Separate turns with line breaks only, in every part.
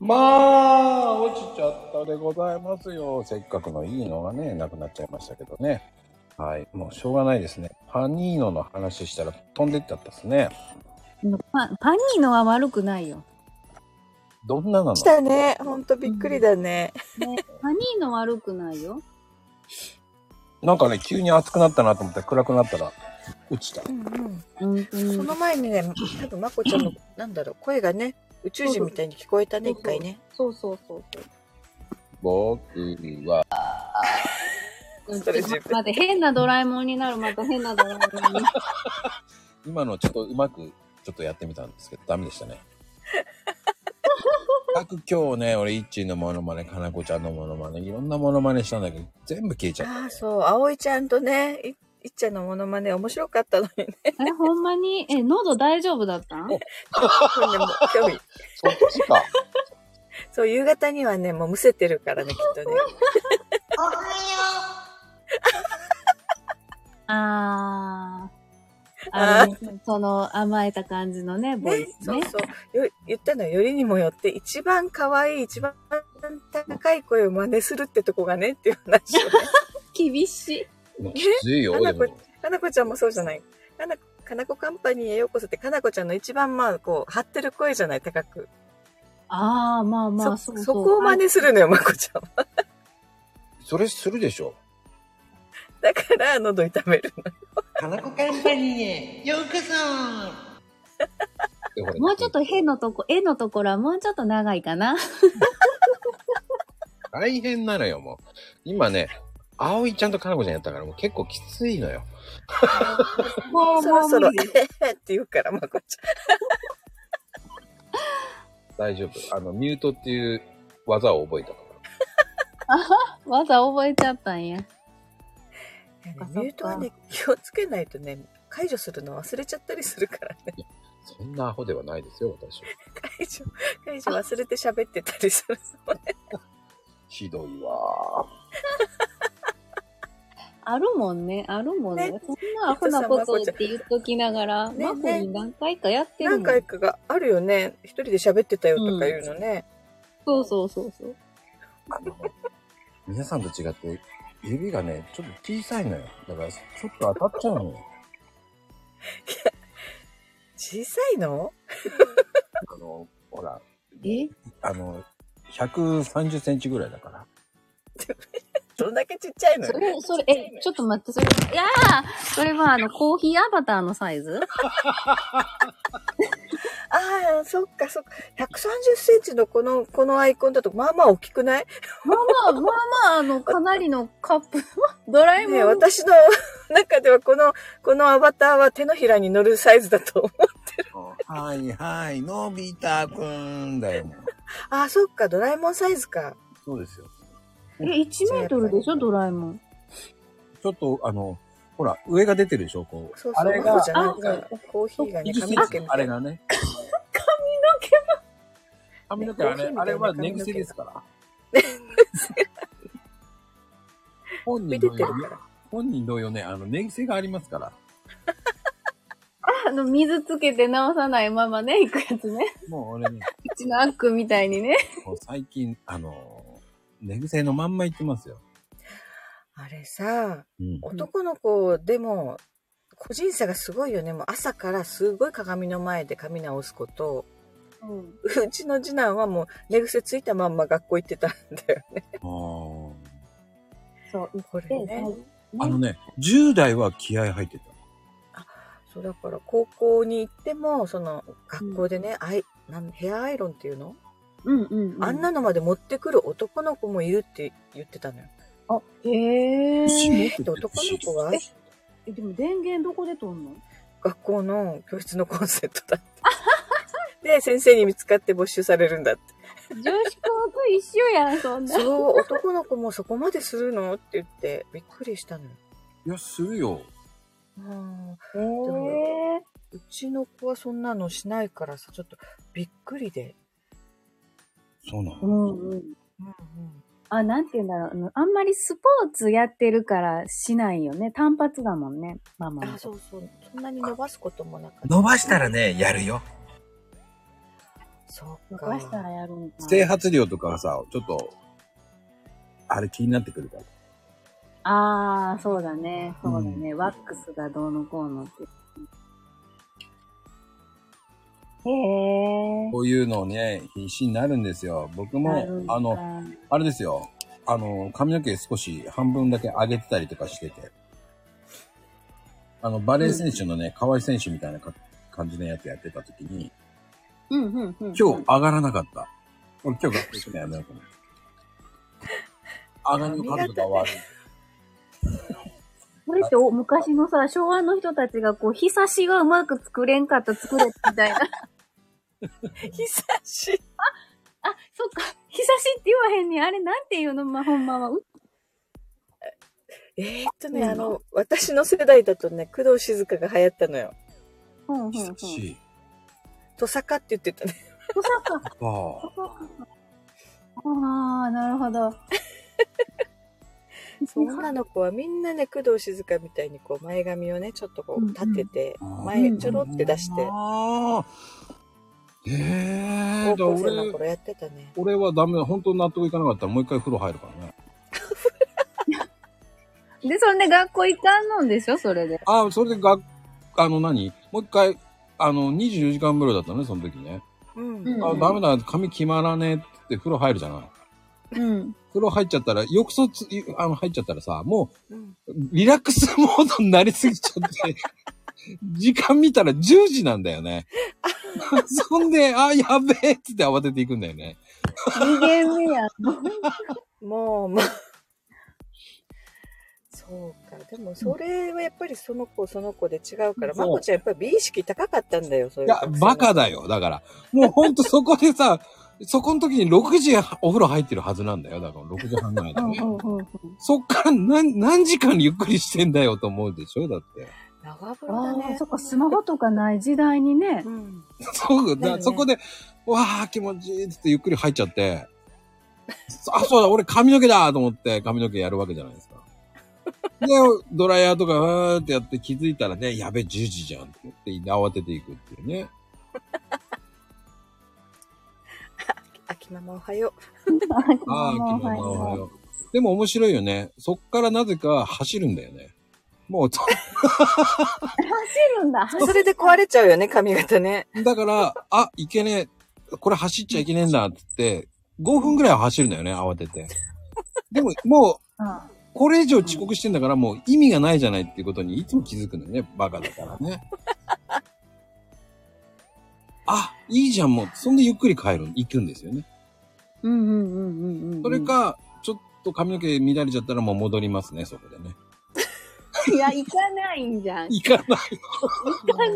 まあ、落ちちゃったでございますよ。せっかくのいいのがね、なくなっちゃいましたけどね。はい。もうしょうがないですね。パニーノの話したら飛んでっちゃったですね。
パパニーノは悪くないよ。
どんななの
来たね。ほんとびっくりだね。
ね、パニーノ悪くないよ。
なんかね、急に暑くなったなと思って暗くなったら、落ちた。
うんうん。
本当に
そ。の前にね、多分まこちゃんの、なんだろう、声がね、宇宙人みたいに聞こえたね、一回ね。
そうそうそう
僕は、
そう。
それ
ちょっと待って、変なドラえもんになる。また変なドラえも んに。
今のちょっとうまく、ちょっとやってみたんですけど、ダメでしたね。各今日ね、俺、イッチーのモノマネ、かなこちゃんのモノマネ、いろんなモノマネしたんだけど、全部消えちゃった。
ああ、そう、葵ちゃんとね、いいっちゃんのモノマネ面白かったのに ね。
え、ほんまに、え、喉大丈夫だったん
これねもう興味。
そっちか。
そう、夕方にはね、もうむせてるからね、きっとね。
あー。あの、その甘えた感じのね、ボイ
ね、
ス
そ
ね
う。そう。よ言ったのよ、よりにもよって、一番可愛い、一番高い声を真似するってとこがね、っていう話をね。
厳しい。
もうきついよ、
花
で
子
も。
かなこちゃんもそうじゃない。かな、かなこカンパニーへようこそって、かなこちゃんの一番まあ、こう、張ってる声じゃない、高く。
ああ、まあまあ、
そ、
うう
そこを真似するのよ、まこちゃんは。
それするでしょ。
だから、喉痛めるの。
花子カンパニーへようこそ
でほら
もうちょっとへのとこ、えのところはもうちょっと長いかな。
大変なのよ、もう。今ね、葵ちゃんとかなこちゃんやったから、もう結構きついのよ。
も
そろそろ、えへへって言うから、まこち
大丈夫。あの、ミュートっていう技を覚えたから。
わざ覚えちゃったんや。
ゃん。
そっか
ミュートはね、気をつけないとね、解除するの忘れちゃったりするから ね。
そんなアホではないですよ、私は。
解除、解除忘れて喋ってたりするのね。
ひどいわ
あるもんね、あるもんね。
ね
そんなアホなことって言っときながら、
ね
マコに何回かやってるも
何
ん。
回かがあるよね。一人で喋ってたよとか言うのね。
そうそうそうそう。
ーあの皆さんと違って、指がね、ちょっと小さいのよ。だから、ちょっと当たっちゃうのよ。
小さいの
あの、ほら、
え
あの、130センチぐらいだから。
どんだけちっちゃいの
それ、それ、え、ちょっと待って、それ、いやーそれはあの、コーヒーアバターのサイズ
ああ、そっかそっか。130センチのこの、このアイコンだと、まあまあ大きくない
まあまあ、まあまあ、あの、かなりのカップ、 ドラえも
ねえ
ん。
私の 中ではこの、このアバターは手のひらに乗るサイズだと。
はいはい、のび太くんだよ、もう。
ああ、そっか、ドラえもんサイズか。
そうですよ。
え、1メートルでしょ、ドラえもん。
ちょっと、あの、ほら、上が出てるでしょ、こう。
そうそう、
あれが
じゃないか。コーヒーがね、
20セ
髪
ン
の
チ
毛
の
み
あ
た
れ
いな。
がね。
髪
髪
の
の
毛
毛
も
あれ、あれは寝癖です から。本人
出て
同
る
様
か
ね、
ら。
本人同様ね、あの、寝癖がありますから。
あの、水つけて直さないままね、行くやつね。
もう俺ね、
うちのアックみたいにね。
もう最近、あの、寝癖のまんま言ってますよ。
あれさ、
うん。
男の子でも、個人差がすごいよね。もう朝からすごい鏡の前で髪直すこと。
うん。
うちの次男はもう寝癖ついたまんま学校行ってたんだよね。
あ
そう、
これね。
あのね、10代は気合入ってた。
そうだから高校に行ってもその学校でね、アイなんヘアアイロンっていうの、
うんうん、うん。
あんなのまで持ってくる男の子もいるって言ってたのよ。
あ、へえ。
牛持って
で
て
男の子が
ええでも電源どこで取んの
学校の教室のコンセントだ って。で先生に見つかって没収されるんだって。
女子校と一緒やん、そんな。
そう男の子もそこまでするのって言ってびっくりしたのよ。
いや、するよ。
うん
へえ。
うちの子はそんなのしないからさちょっとびっくりで。
そうなの。
うんうん。
うんうん、
あ、なんて言うんだろうあの。あんまりスポーツやってるからしないよね。単発だもんね。ママ
あそうそうそんなに伸ばすこともなかった。
伸ばしたらね、やるよ。
そっか
逃。したらやるんか。
整髪量とかはさ、ちょっと、あれ気になってくるから。
ああ、そうだね。そうだね、ワックスがどうのこうのって。へえ。
こういうのね、必死になるんですよ。僕も
なるん、だ
あの、、あれですよ。あの、髪の毛少し半分だけ上げてたりとかしてて。あの、バレー選手のね、河合選手みたいなか感じのやつやってた時に、
うんうんうん。
今日上がらなかった。俺今日学校行くのやめようと思って。上がりの角度が悪い。
これってお昔のさ、昭和の人たちがこう、日差しがうまく作れんかった作れみたいな。
久し
あ、そっか。 日差しって言わへんねん。あれなんていうのま、ほんまは。う
ぶり。えー、っとね、
うん
あの、私の世代だとね、工藤静香が流行ったのよ。
うんうんうん。
久
そ
しい。
トサカって言ってた ね。
っか。
ああ。
ああ、なるほ ど。
そう女の子はみんなね、工藤静香みたいにこう前髪をね、ちょっとこ
うんう
うん立てて、
うん
前ちょろって出して、
ああ。ええだから
高校生の
俺、
頃やってたね。
俺はダメだ。本当納得いかなかったらもう一回風呂入るからね。
で、そんで学校行かんのんでしょそれで。
ああ、それでが、あの何もう一回、あの、24時間風呂だったね、その時ね。
うん。
うん
あダメだ、髪決まらねえって言って風呂入るじゃない。
うん。
風呂入っちゃったら、浴槽つ、あの、入っちゃったらさ、も
うん
う、リラックスモードになりすぎちゃって、 時間見たら10時なんだよね。 そんで、あ、やべえっつって慌てていくんだよね。
逃げ目や。
もう、 まあ。そうか。でも、それはやっぱりその子その子で違うから、
そ
ま
う
こちゃんやっぱり美意識高かったんだよ、そうい。
いうや、バカだ。よ。だから。もうほんとそこでさ、そこの時に6時お風呂入ってるはずなんだよ。だから6時半ぐらいだ
うん
ね。
うんうん。
そっから何、何時間ゆっくりしてんだよと思うでしょだって。
長風呂だ
ああ、
ね
そ。っか、スマホとかない時代にね
う。ん。
そう、
だよ
だ
ね
そこで、わあ、気持ちいいっつってゆっくり入っちゃって、そあ、そうだ、俺髪の毛だと思って髪の毛やるわけじゃないですか。で、ドライヤーとか、わーってやって気づいたらね、やべ、10時じゃんって言って、慌てていくっていうね。
秋ママおはよ
ああ、
もう
昨日のおは
はい
よう。でも面白いよね。そっからなぜか走るんだよね。もう、と
走るんだ。
う。それで壊れちゃうよね、髪型ね。
だから、 あ、いけねえ。これ走っちゃいけねえんだって言って、5分ぐらいは走るんだよね、慌てて。でも、も
あ
う、これ以上遅刻してんだから、もう意味がないじゃないっていうことにいつも気づくのよね、バカだからね。 あ、いいじゃん、もう。そんでゆっくり帰る、行くんですよね。
うんうんうんうんうんうん。
それ。か、ちょっと髪の毛乱れちゃったらもう戻りますね、そこでね。
いや、行かないんじゃん。行
行かない。
か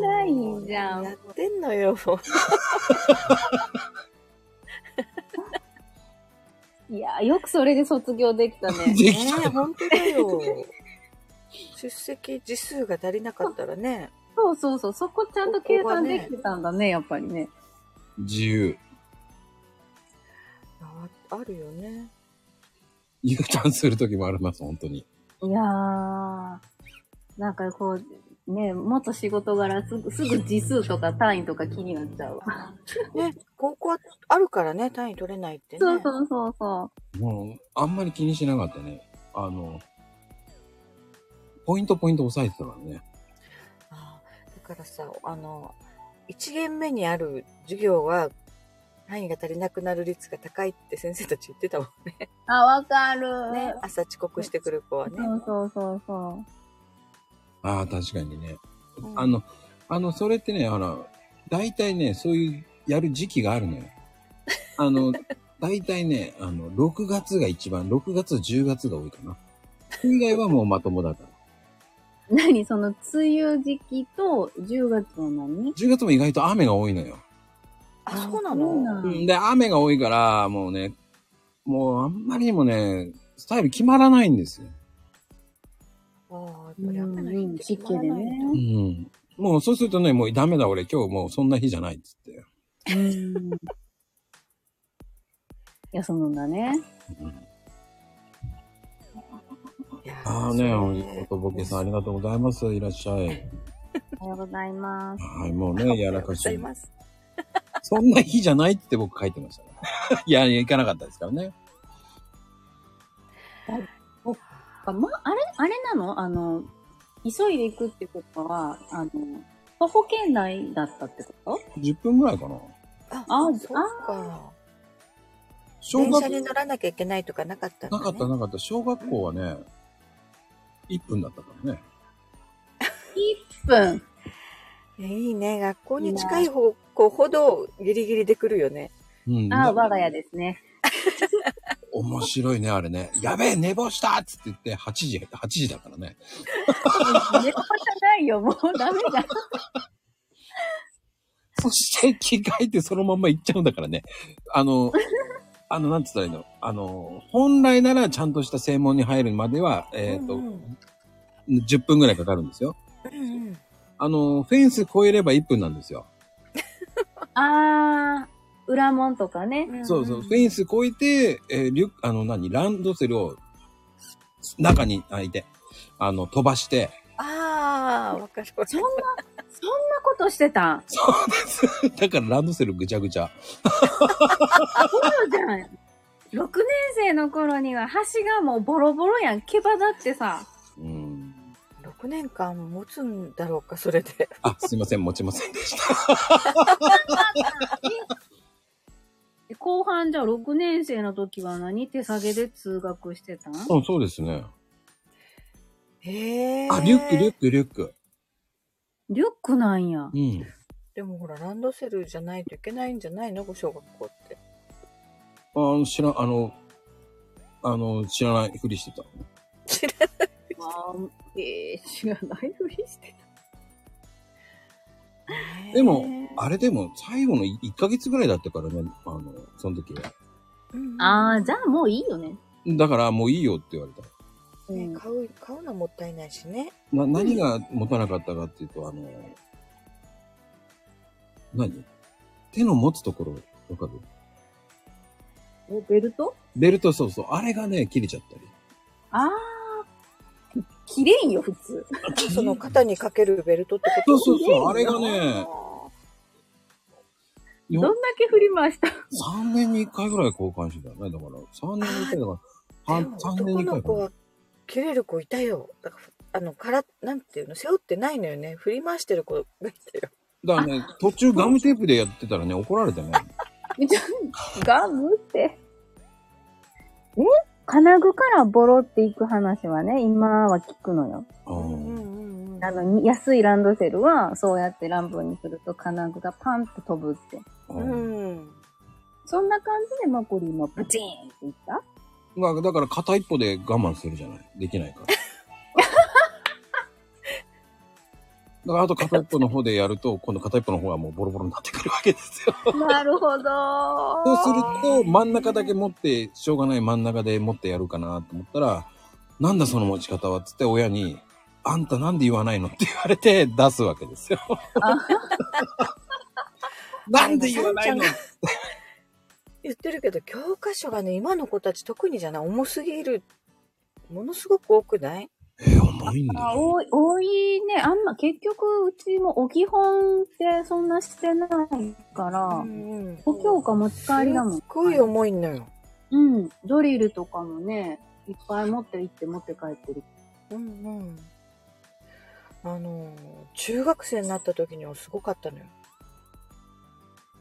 ないんじゃん。
やってんのよ。
いや、よくそれで卒業できたね。
できた
ね本当だよ。出席時数が足りなかったらね。
そうそうそう、そこちゃんと計算できてたんだね、やっぱりね。
自由。
ああるよね。
U ターンする時もあります、本当に。
いやー、なんかこう、ね、元仕事柄すぐ、すぐ時数とか単位とか気になっちゃうわ。
ね、高校はあるからね、単位取れないってね。
そうそうそうそ
もう、あんまり気にしなかったね。あの、ポイントポイント押さえてたからね。
あーだからさ、あの、1限目にある授業は、範囲が足りなくなる率が高いって先生たち言ってたもん
う。あ、わかる。
ね。朝遅刻してくる子はね。
そうそうそうそ
ああ、確かにね。
うん
あの、あの、それってね、あの、大体ね、そういう、やる時期があるのよ。あの、大体ね、あの、6月が一番、6月、10月が多いかな。それ以外はもうまともだから。
う。何その、梅雨時期と10月の何
10月も意外と雨が多いのよ。
あ、そうな
そう
の
な
うんんで、雨が多いから、もうね、もうあんまりにもね、スタイル決まらないんですよ。
ああ、やっぱ
う
り雨の日っ
ん、
て
湿
決
気
ま
で
らない
ね
んだ。
うん。もうそうするとね、もうダメだ俺、今日もうそんな日じゃないっつって。
うん。休むんだね。
いやー
ああね、おとぼけさんありがとうございます。いらっしゃい。
おはようございます。
はい、もうね、やらかし
あり
い
がとうございます。
そんな日じゃないって僕書いてましたね。 いや、行かなかったですからね。
あま、あれ、あれなのあの、急いで行くってことは、あの、徒歩圏内だったってこと
10分ぐらいかな。
あ
あ
そうか。
小
電
学
車に乗らなきゃいけないとかなかったんだ
な
ね
かったなかった。小学校はね、1分だったからね。
?1 分。
いやいいね。学校に近い方向ほどギリギリで来るよね。
うん。
ああ、我が家ですね。
面白いね、あれね。やべえ、寝坊したっつって言って、8時、8時だから ね。
寝方ないよ、もうダメだ。
そして、着替えてそのまんま行っちゃうんだからね。あの、 あの、なんつったらいいのあの、本来ならちゃんとした正門に入るまでは、えっ、と、
うん
10分ぐらいかかるんですよ。
うん
あの、フェンス越えれば1分なんですよ。
ああ、裏門とかね。
んん
そうそう、フェンス越えて、えーリュックあの、何、ランドセルを中に開いて、あの、飛ばして、
ああ、わかるわか
そんな、そん
る
なことしてたん
だからランドセルぐちゃぐちゃ。
そうじゃん。6年生の頃には橋がもうボロボロやん。毛羽だってさ。
うん。
6年間持つんだろうか、それで。
あ、すいません、持ちませんでした。
で後半じゃあ6年生の時は何手下げで通学してたん
うん、そうですね。
へえ。
あ、リュック、リュ
ク。
ック、リュック。
リュックなんや。
うん。
でもほら、ランドセルじゃないといけないんじゃないのご小学校って。
あの、知ら、あの、あの、知らないふりしてた。
知ら
あーえー、知らないふりして
ない。
でも、あれでも、最後の1ヶ月ぐらいだったからね、あの、その時は。
うん
た。ああ、じゃあもういいよね。
だから、もういいよって言われた。
うん
ね買う、買うのもったいないしね。
な、何が持たなかったかっていうと、あの、何手の持つところ、わかる
お、ベルト
ベルト、そうそう。あれがね、切れちゃったり。
ああ、きれんよ、普通。
その肩にかけるベルトって
そ
こ
う
と
そうそう。あれが
あ
ね、
ど
ー
んだけ振り回した
3年に1回ぐらい交換してたよね。だから、3年に1回だから、
で
半
も
3年に
男
1
の
回か
子
な
は。切れる子いたよ。だからあの、から、なんていうの、背負ってないのよね。振り回してる子がいたよ。
だからね、途中ガムテープでやってたらね、怒られてね。
みたいな。ガム って。え金具からボロっていく話はね、今は聞くのよ。
あー
んうん
あの、に安いランドセルは、そうやって乱暴にすると金具がパンって飛ぶって。
あ
う
ー
ん。
そんな感じでマコリーもブチーンっていった
まあだから片一歩で我慢するじゃない。できないから。だからあと片一歩の方でやると、今度片一歩の方はもうボロボロになってくるわけですよ。
なるほど
そうすると、真ん中だけ持って、しょうがない真ん中で持ってやるかなと思ったら、なんだその持ち方はっつって親に、あんたなんで言わないのって言われて出すわけですよ。なんで言わないの
言ってるけど、教科書がね、今の子たち特にじゃない、重すぎる。ものすごく多くない
えー、重いんだ
あ
よ。
多い、多いね。あんま、結局、うちもお基本ってそんなしてないから、
んうん。
補強か持ち帰りだも
す
ん
っ。ごい重いのよ。
うん。ドリルとかもね、いっぱい持って行って持って帰ってる。
うんうん。あの、中学生になった時にはすごかったのよ。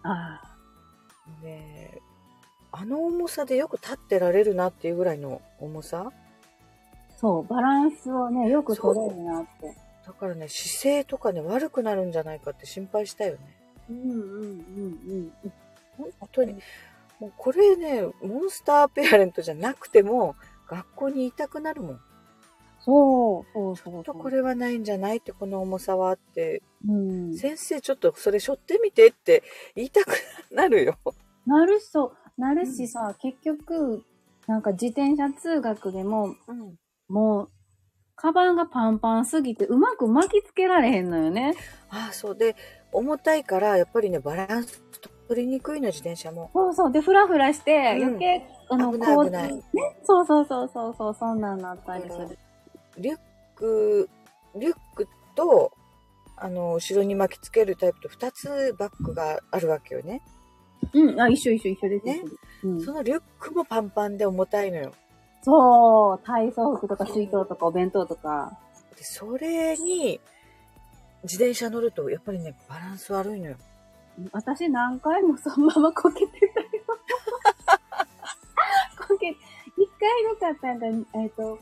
ああ。
で、あの重さでよく立ってられるなっていうぐらいの重さ。
そう、バランスをね、よく取れるなって。
だからね、姿勢とかね、悪くなるんじゃないかって心配したよね。
うんうんうんうん。
本当に。もうこれね、モンスターペアレントじゃなくても、学校にいたくなるもん。
そう、そうそうそう。
とこれはないんじゃないって、この重さはって、
うん。
先生ちょっとそれ背負ってみてって言いたくなるよ。
なるしそう、なるしさ、結局、なんか自転車通学でも、
うん。
もう、カバンがパンパンすぎて、うまく巻きつけられへんのよね。
ああ、そうで、重たいから、やっぱりね、バランス取りにくいの、自転車も。
そうそう。で、フラフラして、
うん
余計、あの、
危ない
こう
危ない
ね。そうそうそうそうそう、そんなんなったりする。
リュック、リュックと、あの、後ろに巻きつけるタイプと2つバッグがあるわけよね。
うん、あ、一緒一緒一緒です。
ね
うん、
そのリュックもパンパンで重たいのよ。
そう、体操服とか水筒とかお弁当とか。
で、それに、自転車乗ると、やっぱりね、バランス悪いのよ。
私何回もそのままこけてたよ。 こけ、一回よかったんが、えっ、と、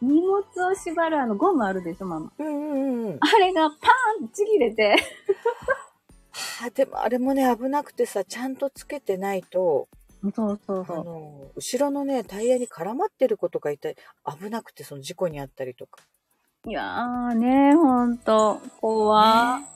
荷物を縛るあのゴムあるでしょ、ママ。
うんうんうん。
あれがパーンってちぎれて。
あ、でもあれもね、危なくてさ、ちゃんとつけてないと、
そうそう
あ。の、後ろのね、タイヤに絡まってる子とかいたり、危なくてその事故にあったりとか。
いやーね、ほんと、怖、
ね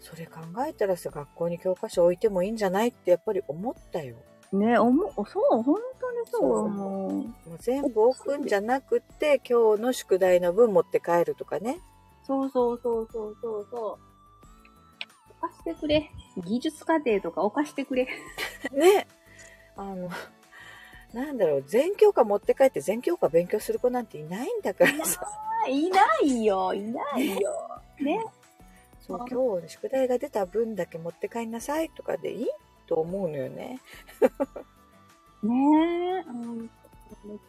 それ考えたらさ、学校に教科書置いてもいいんじゃないってやっぱり思ったよ。
ね、おも、そう、本当にそう
そう
思う。
もう全部置くんじゃなくて、今日の宿題の分持って帰ると かね。
そうそうそうそうそうそう。貸してくれ。技術課程とかお貸してくれ。
ねあの、なんだろう、全教科持って帰って全教科勉強する子なんていないんだからさ。
いないよ、いないよ。ね。
そう、今日宿題が出た分だけ持って帰んなさいとかでいいと思うのよね。
ねえ、うん。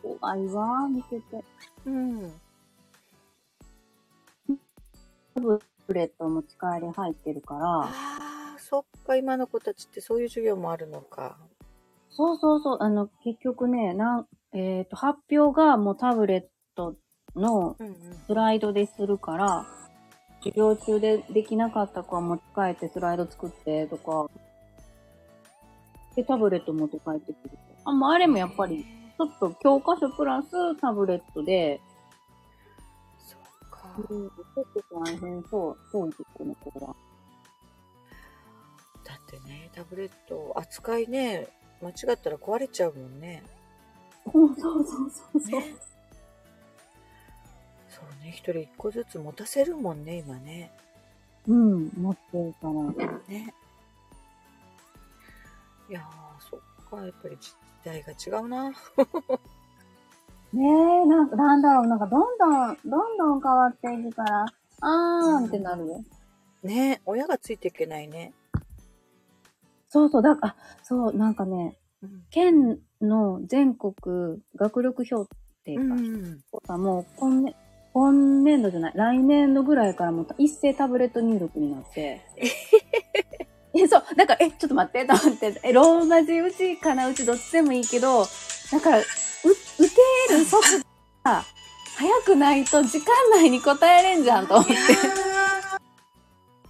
怖いわ、見てて。
うん。
プレット持ち帰り入ってるから。
ああ、そっか、今の子たちってそういう授業もあるのか。
そうそうそう、あの、結局ね、なん、えっ、と、発表がもうタブレットの
うんうん。
スライドでするから、授業中でできなかった子は持ち帰ってスライド作ってとか、で、タブレット持って帰ってくる。あ、まあ、あれもやっぱり、ちょっと教科書プラスタブレットで、
そっか。
うん、ちょっと大変そう、そういうとこの子は。
だってね、タブレット扱いね、間違ったら壊れちゃうもんね。
そうそうそうそうそう。
ね。そうね、一人一個ずつ持たせるもんね、今ね。
うん、持ってるから。
ね。いやー、そっか、やっぱり時代が違うな。
ねえ、なんか、なんだろう、なんかどんどん、どんどん変わっていくから、あーんってなるよ。
ね、親がついていけないね。
そうそう、だから、あそう、なんかね、
うん。
県の全国学力評定
う
か、
ん、
もう今年、今年度じゃない、来年度ぐらいからもう一斉タブレット入力になって。 え、そう、だから、え、ちょっと待って、と思って、え、ローマ字打ち、かな打ち、どっちでもいいけど、だから、う、打てる速度が、早くないと時間内に答えれんじゃん、と思って。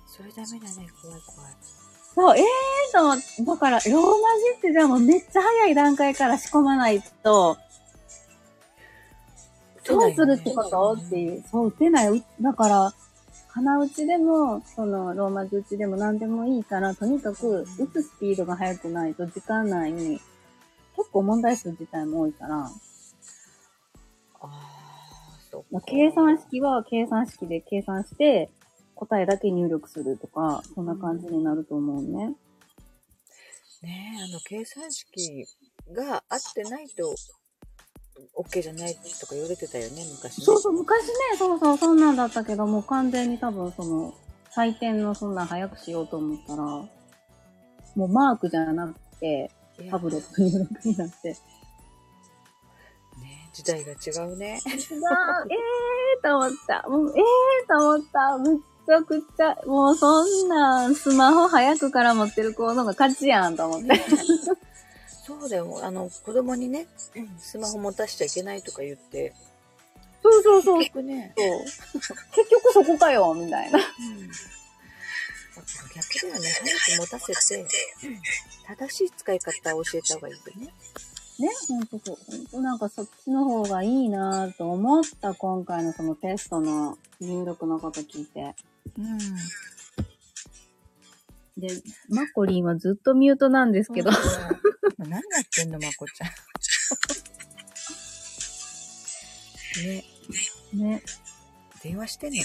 それダメだね、怖い怖い。
そう、ええー、と思って、だから、ローマ字ってじゃあもうめっちゃ早い段階から仕込まないと、どうするってことって
う。
いう。そう、打てない。うだから、鼻打ちでも、その、ローマ字打ちでも何でもいいから、とにかく、打つスピードが速くないと、時間内に、結構問題数自体も多いから、
あー、そっ
まあ
か。
計算式は計算式で計算して、答えだけ入力するとか、そんな感じになると思うね。
ねあの、計算式が合ってないと、OK じゃないとか言われてたよね、昔ね。
そうそう、昔ね、そうそう、そんなんだったけど、もう完全に多分その、採点のそんなん早くしようと思ったら、もうマークじゃなくて、
いや
タブレット入力になって。
ね時代が違うね。
違う、ええーと思った。もう、ええーと思った。むっちゃくちゃ、もうそんなん、スマホ早くから持ってる子の方が勝ちやんと思って。
そうだよ、あの、子供にね、スマホ持たしちゃいけないとか言って、
そうそうそう。
結局ね、
結局そこかよ、みたいな。
うん、逆だよね、早く持たせて、正しい使い方を教えた方がいいよね。
ね、ほんとそう。ほんとなんかそっちの方がいいなぁと思った、今回のそのテストの入力のこと聞いて。
うん。
で、マコリンはずっとミュートなんですけど。
何やってんの、まこちゃん。ね、
ね。
電話してんのね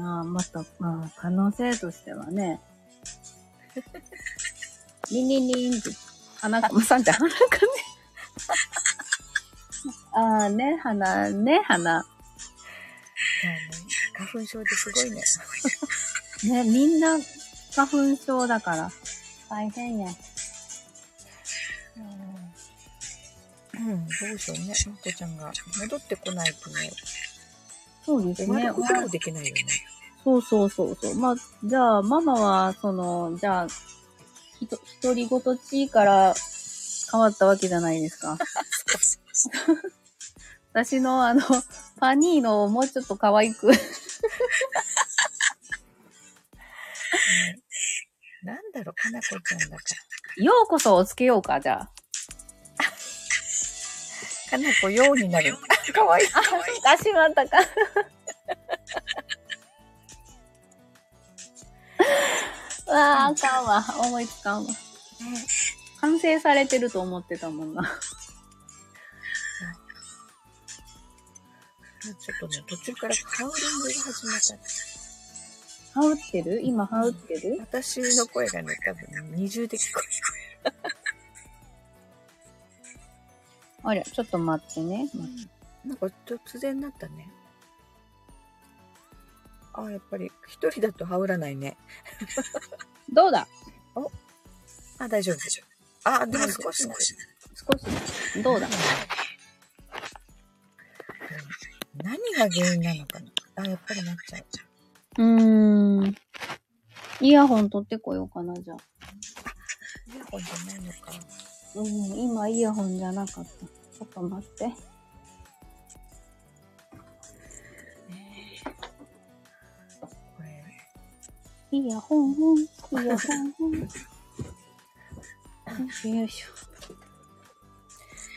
まあ、また、まあ、可能性としては ね。リンリンリンって、鼻が、
さんちゃん。
ああね、鼻、ね、鼻。
花粉症ですごいね。
ね、みんな花粉症だから。大変や。
うん、どうしようね。まこちゃんが戻ってこないとね、
そうで
生
す
まれ
ね。
ることもできないよね。
そうそうそうそう。まあ、じゃあ、ママは、その、じゃあ、ひと、独り言地位から変わったわけじゃないですか。 私の、あの、パニーノをもうちょっと可愛く。
なんだろう、かなこちゃんだか
ようこそをつけようか、じゃあ。
ら。かなこようになる。かわいい。
あ、しまったか。 わあ、あかんわ。思いつかんわ。完成されてると思ってたもんな。
ちょっとね、途中からカウリングが始まっちゃった。
羽織ってる今羽織ってる
私の声がね、多分二重で聞こ
あれ、ちょっと待ってね。
える。なんか突然なったね。あ、やっぱり一人だと羽織らないね。
どうだ
あ、大丈夫。あ、でも少しなる。
少し。どうだ
何が原因なのかなあ、やっぱりなっちゃう。
うーん。イヤホン取ってこようかな、じゃあ。
イヤホンじゃないのか。
うん、今イヤホンじゃなかった。ちょっと待って。
これ、
イヤホン、イヤホン。よいしょ。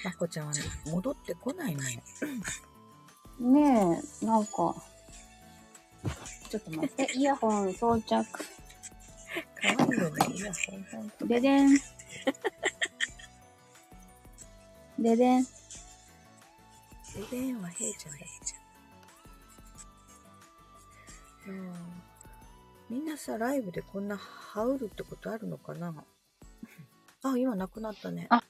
まこちゃんはね戻ってこないね。
ねえ、なんか。ちょっと待って、イヤホン装着。
かわいいよね。イヤホン、ほんと。
ででん。ででん。
ででんはへいちゃんだ。うんみんなさ、ライブでこんな羽織るってことあるのかなあ、今なくなったね。
あ、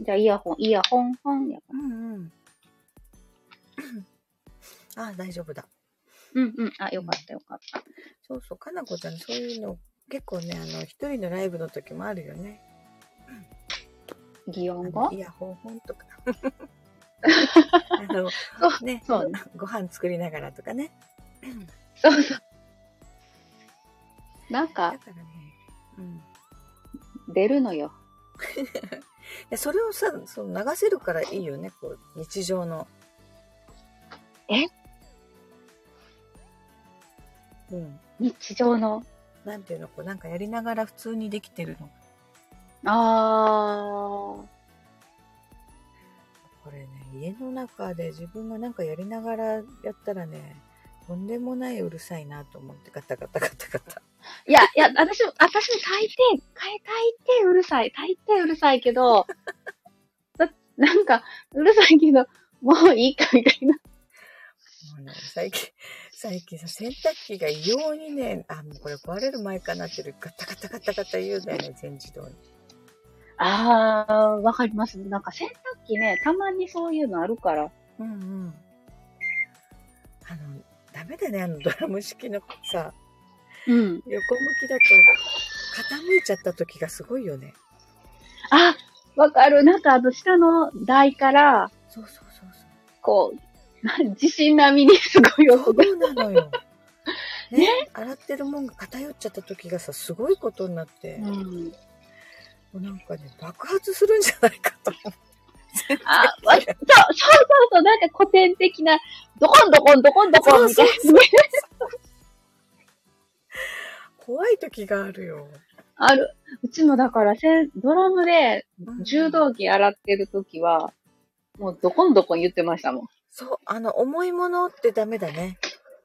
じゃあイヤホン、イヤホン、ホンやから。
うん うん。あ、大丈夫だ。
うんうん。あ、よかったよかった。
そうそう、かなこちゃん、そういうの、結構ね、あの、一人のライブの時もあるよね。
擬音
あの
語
いや、ほんほん とか。あの、ね、
そうね
ご飯作りながらとかね。
そうそう。 なん
だ
か、
からね。うん。
出るのよ。
でそれをさ、その流せるからいいよね、こう、日常の。
え
うん。
日常の。
なんていうの、こう、なんかやりながら普通にできてるの。
あー。
これね、家の中で自分がなんかやりながらやったらね、とんでもないうるさいなと思って、ガタガタガタガタ。
いや、いや、私も、私も大抵、かい大抵うるさい。大抵うるさいけど、 だなんか、うるさいけど、もういいかみたいな。
もうね、最近、 最近さ、洗濯機が異様にね、あ、もうこれ壊れる前かなってる、ガタガタガタガタ言うんだよね、全自動に。
あー、わかります。なんか洗濯機ね、たまにそういうのあるから。
うんうん。あの、ダメだね、あのドラム式のさ、
うん。
横向きだと、傾いちゃった時がすごいよね。
あ、わかる。なんかあの、下の台から、
そうそうそうそ
こう、 な地震並みにすごい音
う。
が。
そうなのよ。ね洗ってるもんが偏っちゃった時がさ、すごいことになって、も
ん。
うなんかね、爆発するんじゃないかと思って。
あ、わそう、そうそうそう、なんか古典的な、ドコンドコンドコンドコンみたい
そう
な。ね
怖い時があるよ。
ある。うちもだから、せんドラムで
うん
柔道着洗ってる時は、もうドコンドコン言ってましたも
そう、あの、重いものってダメだね。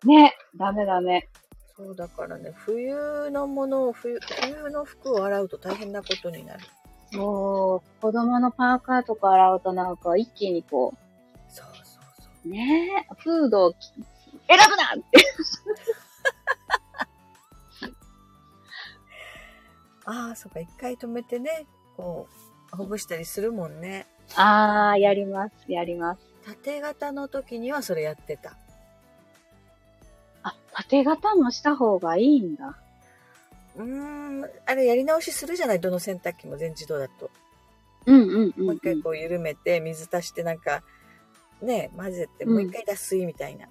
ん。ね、ダメダメ。
そうだからね、冬のものを冬、冬の服を洗うと大変なことになる。
もう、子供のパーカーとか洗うとなんか一気にこ
そうそうそう。
う、ねえ、フードを着選ぶなって。
ああ、そうか、一回止めてね、こう、ほぐしたりするもんね。
あー、やります、やります。
縦型の時にはそれやってた。
あ、縦型もした方がいいんだ。
うーん、あれやり直しするじゃないどの洗濯機も全自動だと。
うんうんうん。
もう一回こう緩めて、水足してなんか、ね、混ぜて、もう一回脱水みたいな。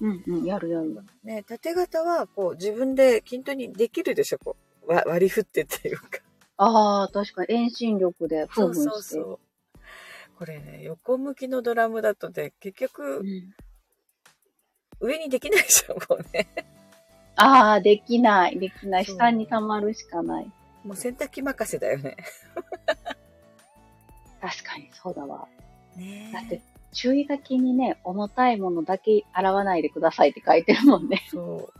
うんうん、やるやる。
ね、縦型はこう自分で均等にできるでしょ、こう。わ割り振ってっていうか。
ああ、確かに遠心力でふんふんして。
う。これね、横向きのドラムだとで、結
う
局
ん
上にできないじゃん、もうね。
ああ、できない、できない。
そう
下に溜まるしかない。
もう洗濯機任せだよね。
確かにそうだわ。
ね
だって、注意書きにね、重たいものだけ洗わないでくださいって書いてるもんね。
そう。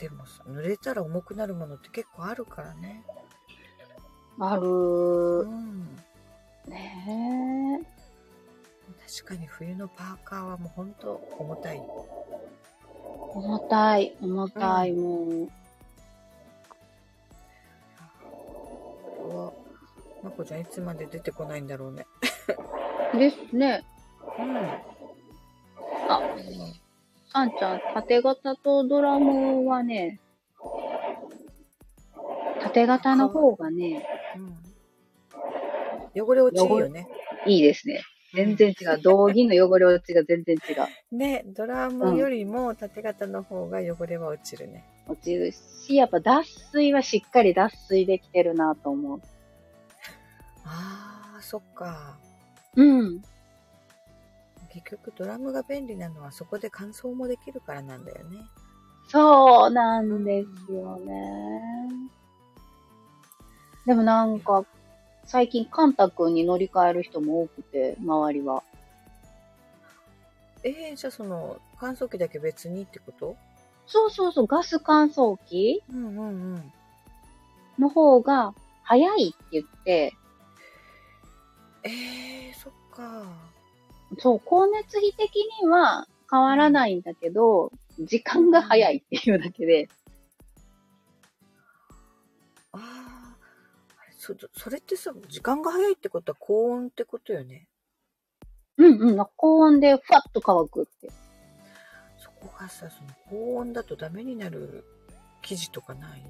でもさ、濡れたら重くなるものって結構あるからね。
ある
う
ー。
ん。
ねえ。
確かに冬のパーカーはもう本当重たい。
重たい、重たい、もう。
うわまこちゃんいつまで出てこないんだろうね。
ですね。
うん。
あ、あんちゃん、縦型とドラムはね、縦型の方がね、
うん。汚れ落ちいいよね。
いいですね。全然違う。道着の汚れ落ちが全然違う。
ね、ドラムよりも縦型の方が汚れは落ちるね。
落ちるし、やっぱ脱水はしっかり脱水できてるなと思う。
ああ、そっか。
うん。
結局ドラムが便利なのはそこで乾燥もできるからなんだよね。
そうなんですよね。でもなんか、最近カンタ君に乗り換える人も多くて、周りは。
えー、じゃあその乾燥機だけ別にってこと
そうそうそう、ガス乾燥機
うんうんうん。
の方が早いって言って、
えー、そっか。
そう、光熱費的には変わらないんだけど、時間が早いっていうだけで、
ああ。あれそ、それってさ、時間が早いってことは高温ってことよね。
うんうん、高温でふわっと乾くって。
そこがさ、その高温だとダメになる生地とかない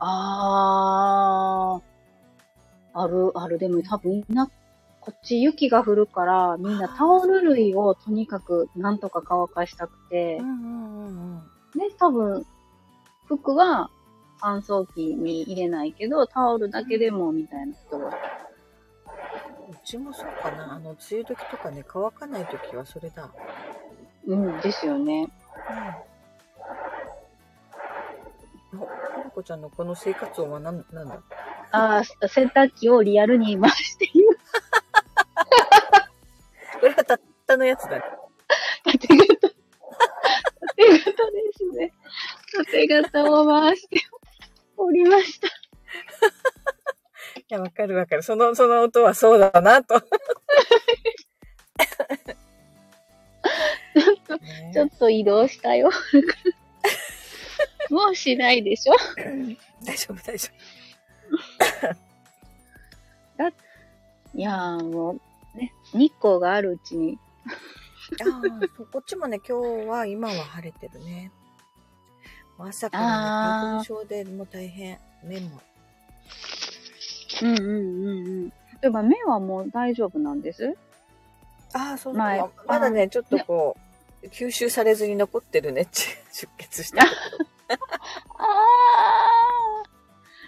あー、ある、ある。でも多分みんな、こっち雪が降るから、みんなタオル類をとにかくなんとか乾かしたくて
う、んうんうんうん。
で、多分、服は乾燥機に入れないけど、タオルだけでもみたいな人は。
うちもそうかな。あの、梅雨時とかね、乾かない時はそれだ。
うん、ですよね。
うん。お、かなこちゃんのこの生活音はなん、なんだ
あー、洗濯機をリアルに回している。
これはたったのやつだね。
縦型。 縦型ですね。縦型を回しておりました。
いや、わかるわかる。その、その音はそうだなと。ね
ちょっと移動したよ。 もうしないでしょ
大丈夫、大丈
いやーもう、ね、日光があるうちに。
夫。ああ、そうこっちもね、今日は、今は晴れてるね。もう朝からね、
あー
花粉症でもう大変。目も。
うんうんうんうん。例えば目はもう大丈夫なんです
ああ、そう
ま
だ
あ。
まだね、ちょっとこう、吸収されずに残ってるね。ち 出血した。
ああ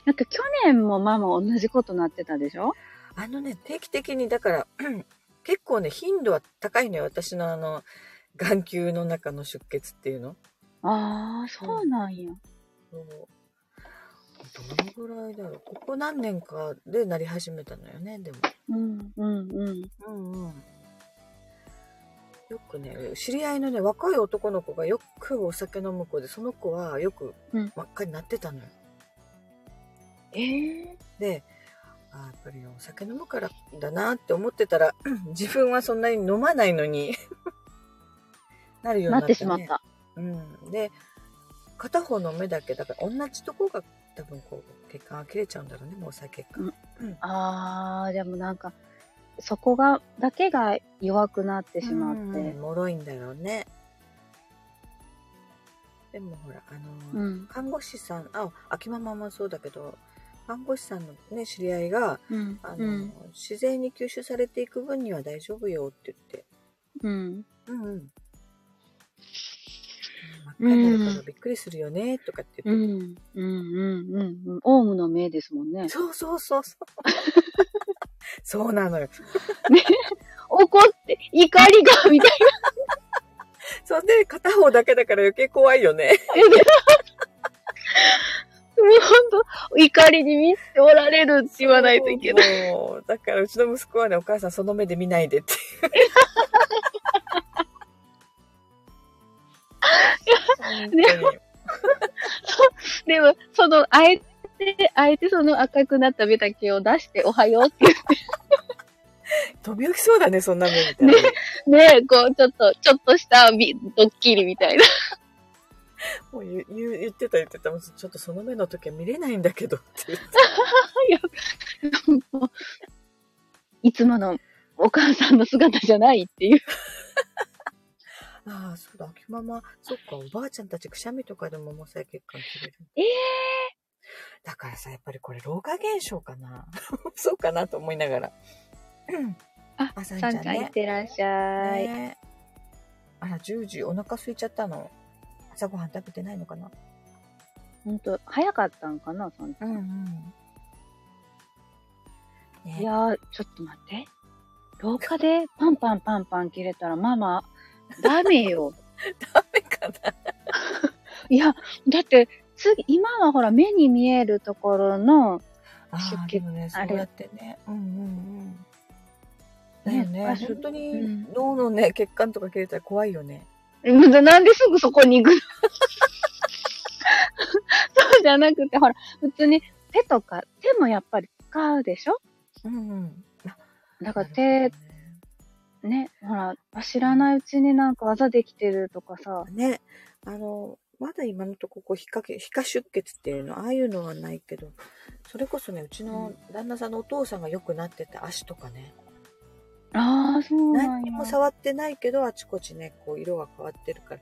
なんか去年もママ同じことなってたでしょ
あのね、定期的に、だから、 結構ね、頻度は高いのよ。私のあの、眼球の中の出血っていうの。
ああ、そうなんや。
そうどのぐらいだろう。ここ何年かでなり始めたのよね、でも。
うんうんうん。
うんうん。よくね、知り合いのね、若い男の子がよくお酒飲む子で、その子はよく
うん
真っ赤になってたのよ。
ええ
で、あやっぱりお酒飲むからだなって思ってたら、 自分はそんなに飲まないのに、 なるように
な
な
ってしまっ
ね
た。
うん、で片方の目だけだから同じとこが多分こう血管が切れちゃうんだろうね毛細血管、
うんああ、でもなんか、そこが、だけが弱くなってしまって。
うん脆いんだろうねでもほら、あの、
うん。
看護師さん、あ、秋ママもそうだけど、看護師さんのね、知り合いが、
うん。
あの、自然に吸収されていく分には大丈夫よって言って。
うん。
うんうん。真っ赤になるからびっくりするよね、とかって
う
言って、
ん。うん。うん。うん。オウムの目ですもんね。
そうそうそうそう。 そうなのよ。
怒って、怒りが、みたい
そんで、片方だけだから余計怖いよね。
な。もう本当怒りに見ておられるって言わないといけない。
い。だから、うちの息子はね、お母さんその目で見ないで って。本
でも、その、あえて、あえてその赤くなった目だけを出して、おはようって言っ
当に飛び起きそうだね、そんな目みたいな。
て、ね、こう、ちょっと、ちょっとしたびドッキリみたいな。
もう言う言う言ってた言ってた。もうちょっとその目の時は見れないんだけどって 言って。
いつものお母さんの姿じゃないっていう。
ああ、そうだ、秋ママ。そっか、おばあちゃんたちくしゃみとかでも毛細血管切れる。
ええ
だからさ、やっぱりこれ老化現象かな。 そうかなと思いながら。うん
あ、
あさんちゃん
さ
ね
んかいってらっしゃい。
ねえあら、10時、お腹空いちゃったの。朝ごはん食べてないのかな
ほんと、早かったんかな、さんちゃん。
ん。ね
いやー、ちょっと待って。廊下でパンパンパンパン切れたらママ、ダメ よ。
ダメかな。
いや、だって、次、今はほら、目に見えるところの、
ああ、でもね、そ
あれ
うやってね。うんうんうん。だ
ね
よね。
あ
本当に
うん
脳のね、血管とか切れたら怖いよね。
えなんですぐそこに行くの そうじゃなくて、ほら、普通に手とか、手もやっぱり使うでしょ
うんうん。あ
だから
な
手
る、ほどね
ね、ほら、知らないうちになんか技できてるとかさ、
ね、あの、まだ今のとここう、皮下け、皮下出血っていうの、ああいうのはないけど、それこそね、うちの旦那さんのお父さんが良くなってた足とかね、
ああ、そうなん
何に
や。
も触ってないけど、あちこちね、こう、色が変わってるから、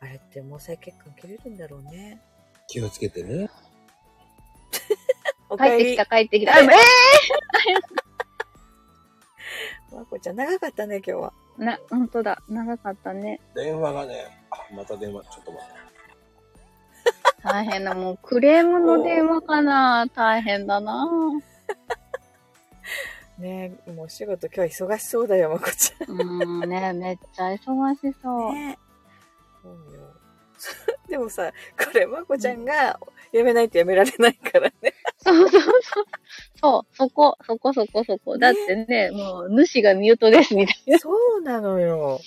あれって毛細血管切れるんだろうね。
気をつけてね。
お
帰
か
っ
え
てき
り
た、、帰ってきた。あえー
まこちゃん、長かったね、今日は。
な、本当だ。長かったね。
電話がね、あ、また電話、ちょっと待って。
大変だ。もうクレームの電話かな。大変だな。
ねもうお仕事今日忙しそうだよ、まこちゃん。
うーん、ね、めっちゃ忙しそう。
ねそうよ。 でもさ、これ、まこちゃんが、やめないとやめられないからね。
そうそうそう。そう、そこ、そこそこそこ。だってね、もう、主がミュートですみたいな。
そうなのよ。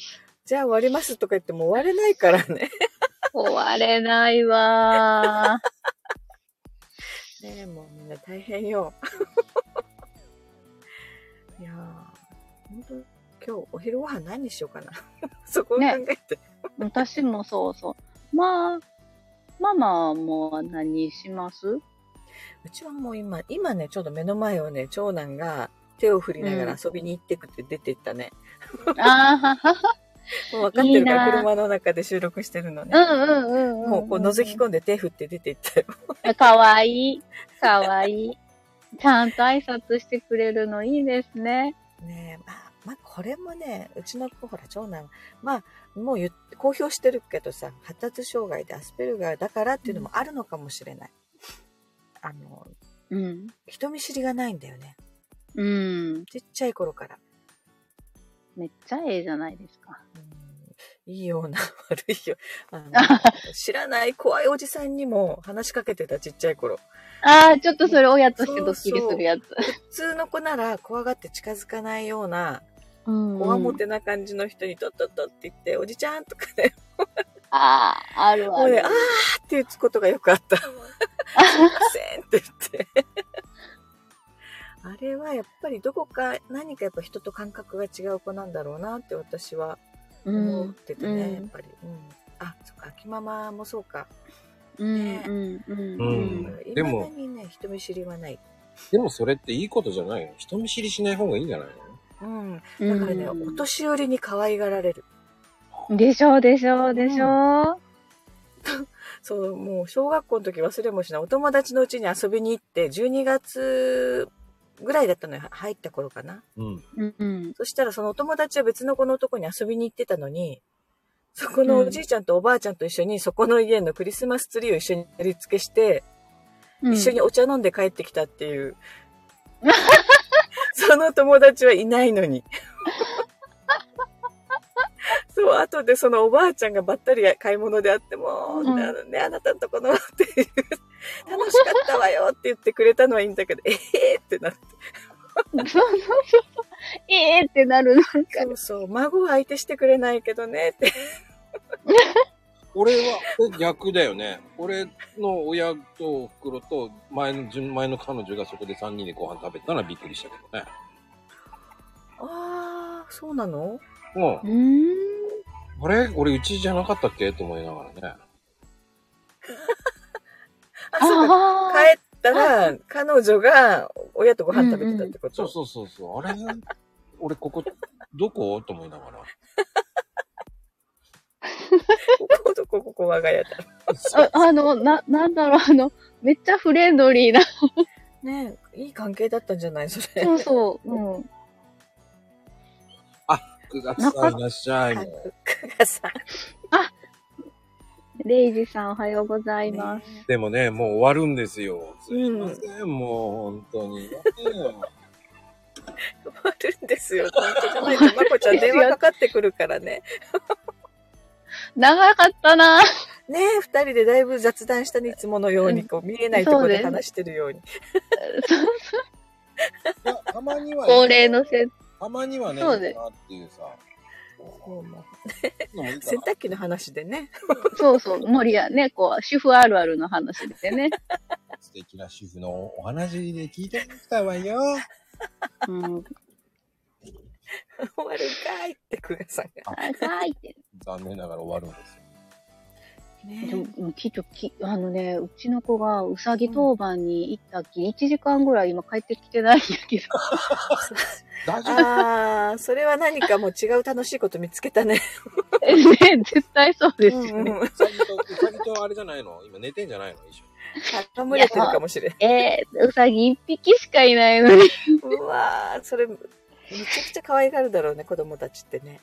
じゃあ終わりますとか言っても終われないからね。
壊れないわー。
ねえ、もうみんな大変よ。 いやー、本当今日お昼ご飯何にしようかな。 そこを考えて。
私もそうそう。まあ、ママも何します
うちはもう今、今ね、ちょうど目の前をね、長男が手を振りながら遊びに行ってくって出てったね。
ああ、ははは。
もう分かってるから
いいなー
車の中で収録してるのね。
うんうんうんうん。
もうこう覗き込んで手振って出てったよ。
かわいい。かわいい。ちゃんと挨拶してくれるのいいですね。
ねえ、まあ、まあ、これもね、うちの子、ほら、長男、まあ、もう言って公表してるけどさ、発達障害でアスペルガーだからっていうのもあるのかもしれない。あの、
うん。
人見知りがないんだよね。
うん。
ちっちゃい頃から。
めっちゃええじゃないですか。
うんいいような、 悪いような。あの知らない怖いおじさんにも話しかけてた、ちっちゃい頃。
ああ、ちょっとそれ親としてドッキリするやつ。
普通の子なら怖がって近づかないような、
うん
怖もてな感じの人に、とっとっとって言って、おじちゃんとかね、
ああ、ある
も
あ
うね、
る
あ。ーって打つことがよくあった。すいませんって言って。 あれはやっぱりどこか何かやっぱ人と感覚が違う子なんだろうなって私は
う
思っ
ん。
ててね、
うん
やっぱり。うんあ、そっか、秋ママもそうか。
うん。うん。うん。
う
うん
ん
で
で
も。
も
未だにね、人見知りはない。
でもそれっていいことじゃないの人見知りしない方がいいんじゃないの
うん。だ
う
からね、お年寄りに可愛がられる。
ん。でしょう、でしょう、でしょう。
そう、もう小学校の時忘れもしない。お友達のうちに遊びに行って、12月ぐらいだったのよ。は入った頃かな。
うん。
うんうん。
そしたらそのお友達は別の子のとこに遊びに行ってたのに、そこのおじいちゃんとおばあちゃんと一緒に、そこの家のクリスマスツリーを一緒に貼り付けして、
うん、
一緒にお茶飲んで帰ってきたって いう。その友達はいないの に。そう、後でそのおばあちゃんがばったり買い物であっても、
うん
あのね、あなたのとこのっていう、楽しかったわよって言ってくれたのはいいんだけど、ええー、ってなって。
そうそうそう。ええってなる。なんか。
そうそう、孫は相手してくれないけどねって。
俺は、え逆だよね。俺の親と袋と前の、順前の彼女がそこで3人でご飯食べてたのはびっくりしたけどね。
ああ、そうなの
も
うーん。
う、あれ俺うちじゃなかったっけと思いながらね。
あ、そうか。
ああ。
帰ったら、彼女が親とご飯食べてたってこと、
そうそうそうそう。あれ俺ここ、どこと思いながら。
ここどこ、ここ我が家だ。
ああの、な、なんだろう、あの、めっちゃフレンドリーな。
ねえ、いい関係だったんじゃないそれ。
そうそう。うん。
くがつさんいらっしゃい。
かがさ
レイジさんおはようござ
ん。
います。
す。
でもね、もう終わるんですよ。すい
うん
ません、もう本当に。ね
困るんですよ。本当じゃないと、まこちゃん電話かかってくるからね。
長かった なぁ。
ねえ、二人でだいぶ雑談したね、いつものように、こう、見えないところで話してるように。
いやたまには、
恒例のせい。
たまにはね、
そうで
い
す
いなっていうさ。
そうまあ
のもいいか
洗
な
濯機の話でね。
そうそう。森やね、こう、主婦あるあるの話で ね。
素敵な主婦のお話で聞いてきたわよ。
うん。
終わるんかいって、久我さんが。
高いって。
残念ながら終わるんですよ。
ね
でもうんきっとき、あのね、うちの子がうさぎ当番に行ったき、1時間ぐらい今帰ってきてないんだけ ど。
大丈夫
ああ、それは何かもう違う楽しいこと見つけたね。
えね、絶対そうですよね。
うん
うさぎと、うさぎとあれじゃないの今寝てんじゃないの一緒に。
頼まれてるかもしれん。
えー、うさぎ1匹しかいないのに。
うわー、それ、めちゃくちゃ可愛がるだろうね、子供たちってね。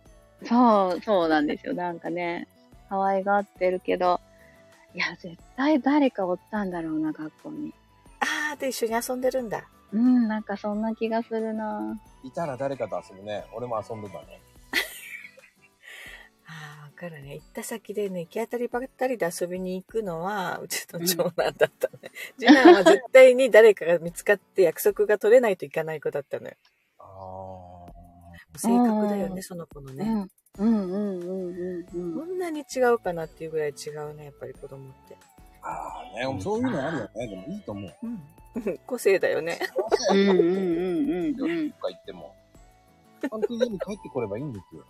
そう、そうなんですよ。なんかね、可愛がってるけど、いや、絶対誰かおったんだろうな、学校に。
ああ、で、一緒に遊んでるんだ。
うん、なんかそんな気がするな。
いたら誰かと遊ぶね。俺も遊んでたね。
ああ、わかるね。行った先でね、行き当たりばったりで遊びに行くのは、うちの長男だったね。次男は絶対に誰かが見つかって約束が取れないといかない子だったのよ。
あ
性格だよ
うん
ね、その子の
う
ね。
ん、うん、うん、うん、うん、う
こ
ん。
んなに違うかなっていうぐらい違うね、やっぱり子供って。
あ。ああ、ね、そういうのあるよね。でもいいと思う。
うん。個性だよね。
うん、うん、うん、うん、うん
と。か言っても。ちゃんと家に帰ってこればいいんですよ。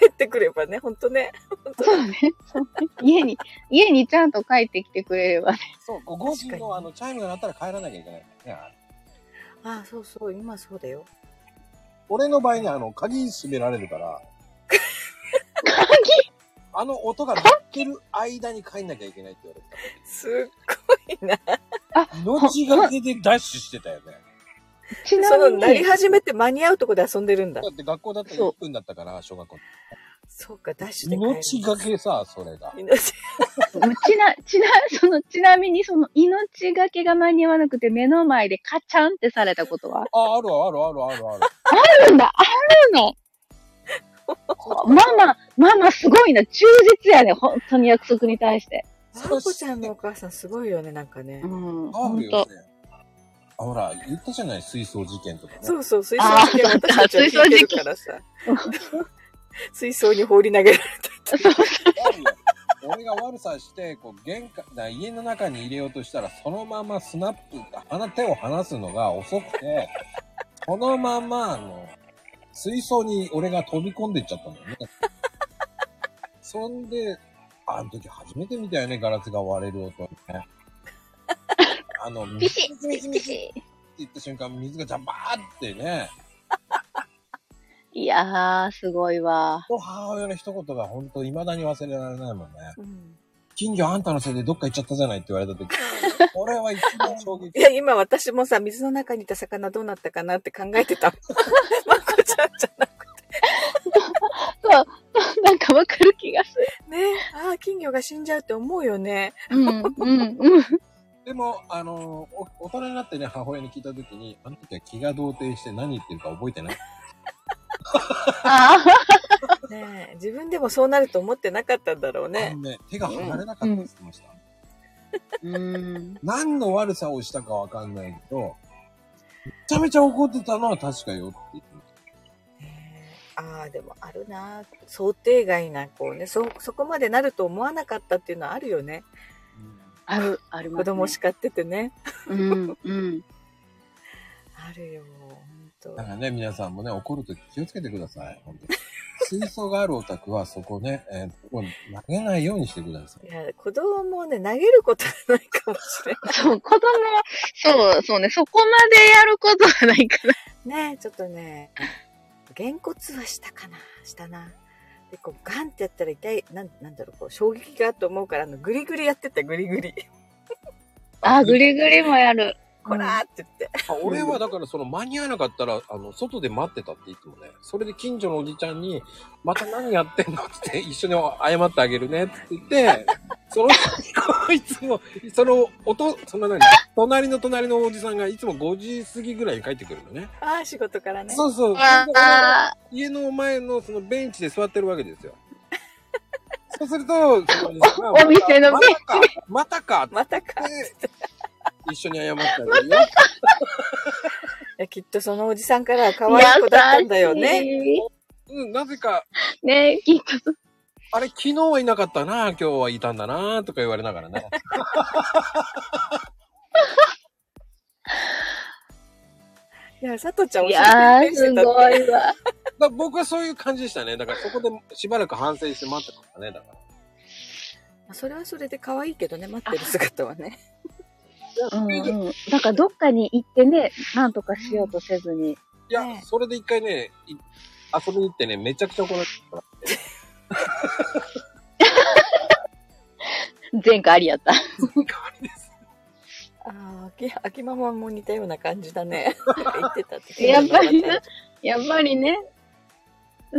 帰ってくればね、ほんとね。
そうね。そうね家に、家にちゃんと帰ってきてくれればね。
そう、5時
確かに
のあのチャイムが鳴ったら帰らなきゃいけないからね。
ああ、そうそう、今そうだよ。
俺の場合ね、あの、鍵閉められるから、
鍵
あの音が鳴ってる間に帰んなきゃいけないって言われて
すっごいな。
た。命がけでダッシュしてたよね。
ち
そ
な
の、
み
なり
に、
始めて間に合うとこで遊んでるんだ
だ。って学校だったら
そう
1分だったから、小学校。
そうか、ダッシュで帰る。
命がけさ、それが。
命
ちな、ちな、その、ちなみにその、命がけが間に合わなくて目の前でカチャンってされたことは
あ、あるあるあるあるある。
あるんだあるのママ、ママすごいな。忠実やね。本当に約束に対して。
あこちゃんのお母さんすごいよね、なんかね
う。ん。
あ
本
るよ
当。
ね。あ、ほら、言ったじゃない、水槽事件とかね。
そうそう、水槽事件
あー
私たちは聞いてるからさ。水槽に放り投げられたって。
あるよ俺が悪さして、こう、玄関、だ家の中に入れようとしたら、そのままスナップ、あの手を離すのが遅くて、そのまま、あの、水槽に俺が飛び込んでっちゃったんだよね。そんで、あの時初めて見たよね、ガラスが割れる音ね。あの、
ピ
水
シッピシッピシッ
って言った瞬間、水がジャバーってね、
いやー、すごいわ。
と母親の一言が本当未だに忘れられないもんね。
うん
金魚あんたのせいでどっか行っちゃったじゃないって言われた時、これは一番衝撃
い。や、今私もさ、水の中にいた魚どうなったかなって考えて た。まこちゃんじゃなく
なんかわかる気がする。
ね。ああ、金魚が死んじゃうって思うよね。
うん、うん、うん。
でも、あの、お大人になってね、母親に聞いた時に、あの時は気が動転して何言ってるか覚えてない。
ああ、
ねえ自分でもそうなると思ってなかったんだろう
あ
ね。
のね、手が離れなかったって言ってました。
うん。
何の悪さをしたかわかんないけど、めちゃめちゃ怒ってたのは確かよって言ってまし
ああ、でもあるな。想定外な、こうね、そ、そこまでなると思わなかったっていうのはあるよね。
た。
ある、あります、ね。
子供を叱っててね。
うん、うん。
あるよ、ほん
だ
と。
からね、皆さんもね、怒るとき気をつけてください。本当に水槽があるお宅はそこね、えーここに投げないようにしてください
い。や、子供をね、投げることはないかもしれない。
そう、子供、そう、そうね、そこまでやることはないから。
ねえちょっとねげんこつはしたかなしたなでこうガンってやったら痛いなんなんだろうこう衝撃があると思うからあのグリグリやってたグリグリ
あ、ぐりぐりもやる。
こらーって言って、
あ俺はだからその間に合わなかったら、あの、外で待ってたって言ってもね、それで近所のおじちゃんに、また何やってんのって一緒に謝ってあげるねって 言って、その、こいつも、その、おと、その何、隣の隣のおじさんがいつも5時過ぎぐらいに帰ってくるのね。
ああ仕事からね
そうそう。
あ
家の前のそのベンチで座ってるわけですよ。そうすると、その
おお店のベン
チまたか、ま
また
た
か
か
い
って、一緒に謝ってあげるよ。
やきっとそのおじさんからは可愛い子だったんだよね。
うん、なぜか、
ねきっとそう。
あれ、昨日はいなかったな、今日はいたんだな、とか言われながらね。
いやさとちゃんお
い
仕事
や
びっ
ー、
くりして
す
たって
ごいわ。
だ僕はそういう感じでしたね。だからそこでしばらく反省して待ってましたね、だから。
まあそれはそれで可愛いけどね待ってる姿はね
うん、うん。だから、どっかに行ってね、なんとかしようとせずに。
いや、
ねえ
それで一回ね、い遊びに行ってね、めちゃくちゃ怒られたから。
前回ありやった。
ああ秋秋ママも似たような感じだ ね言ってたって
やっぱりなやっぱりね。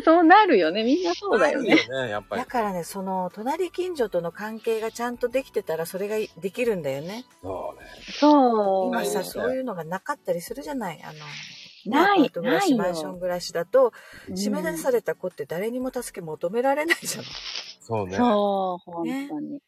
そうなるよね。みんなそうだよね。
あるよね、やっぱり
だ。からね、その、隣近所との関係がちゃんとできてたら、それがいできるんだよね。
そうね。
そう。
今さ、
ね
そういうのがなかったりするじゃないあの、
な
アパー
い、
ト暮ら
な
し、
い
マンション
よ。
暮らしだと、
うん
締め出された子って誰にも助け求められないじゃん。や
そうね。
そう、本
ね
当に。
っ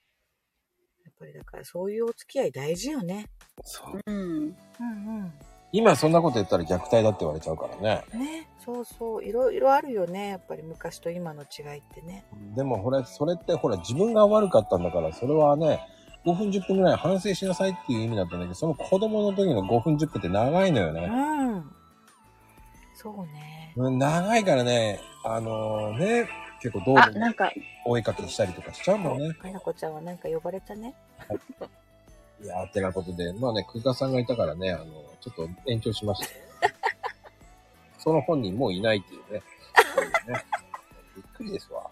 ぱりだから、そういうお付き合い大事よね。
そう
うん。
うん
今そんなこと言ったら虐待だって言われちゃうからね。
うん。ね、そうそう、いろいろあるよね。やっぱり昔と今の違いってね。
でもほら、それってほら自分が悪かったんだから、それはね、5分10分ぐらい反省しなさいっていう意味だったんだけど、その子供の時の5分10分って長いのよ
う
ね。
ん。そうね。
うん長いからね、あのね、結構道
あ、
路
な
に
んか、
お絵かきしたりとかしちゃうもんね。
かなこちゃんはなんか呼ばれたね。
いやー、てなことで、まあね、久我さんがいたからね、あの、ちょっと延長 しました。その本人もういないっていうね。そういうねびっくりですわ。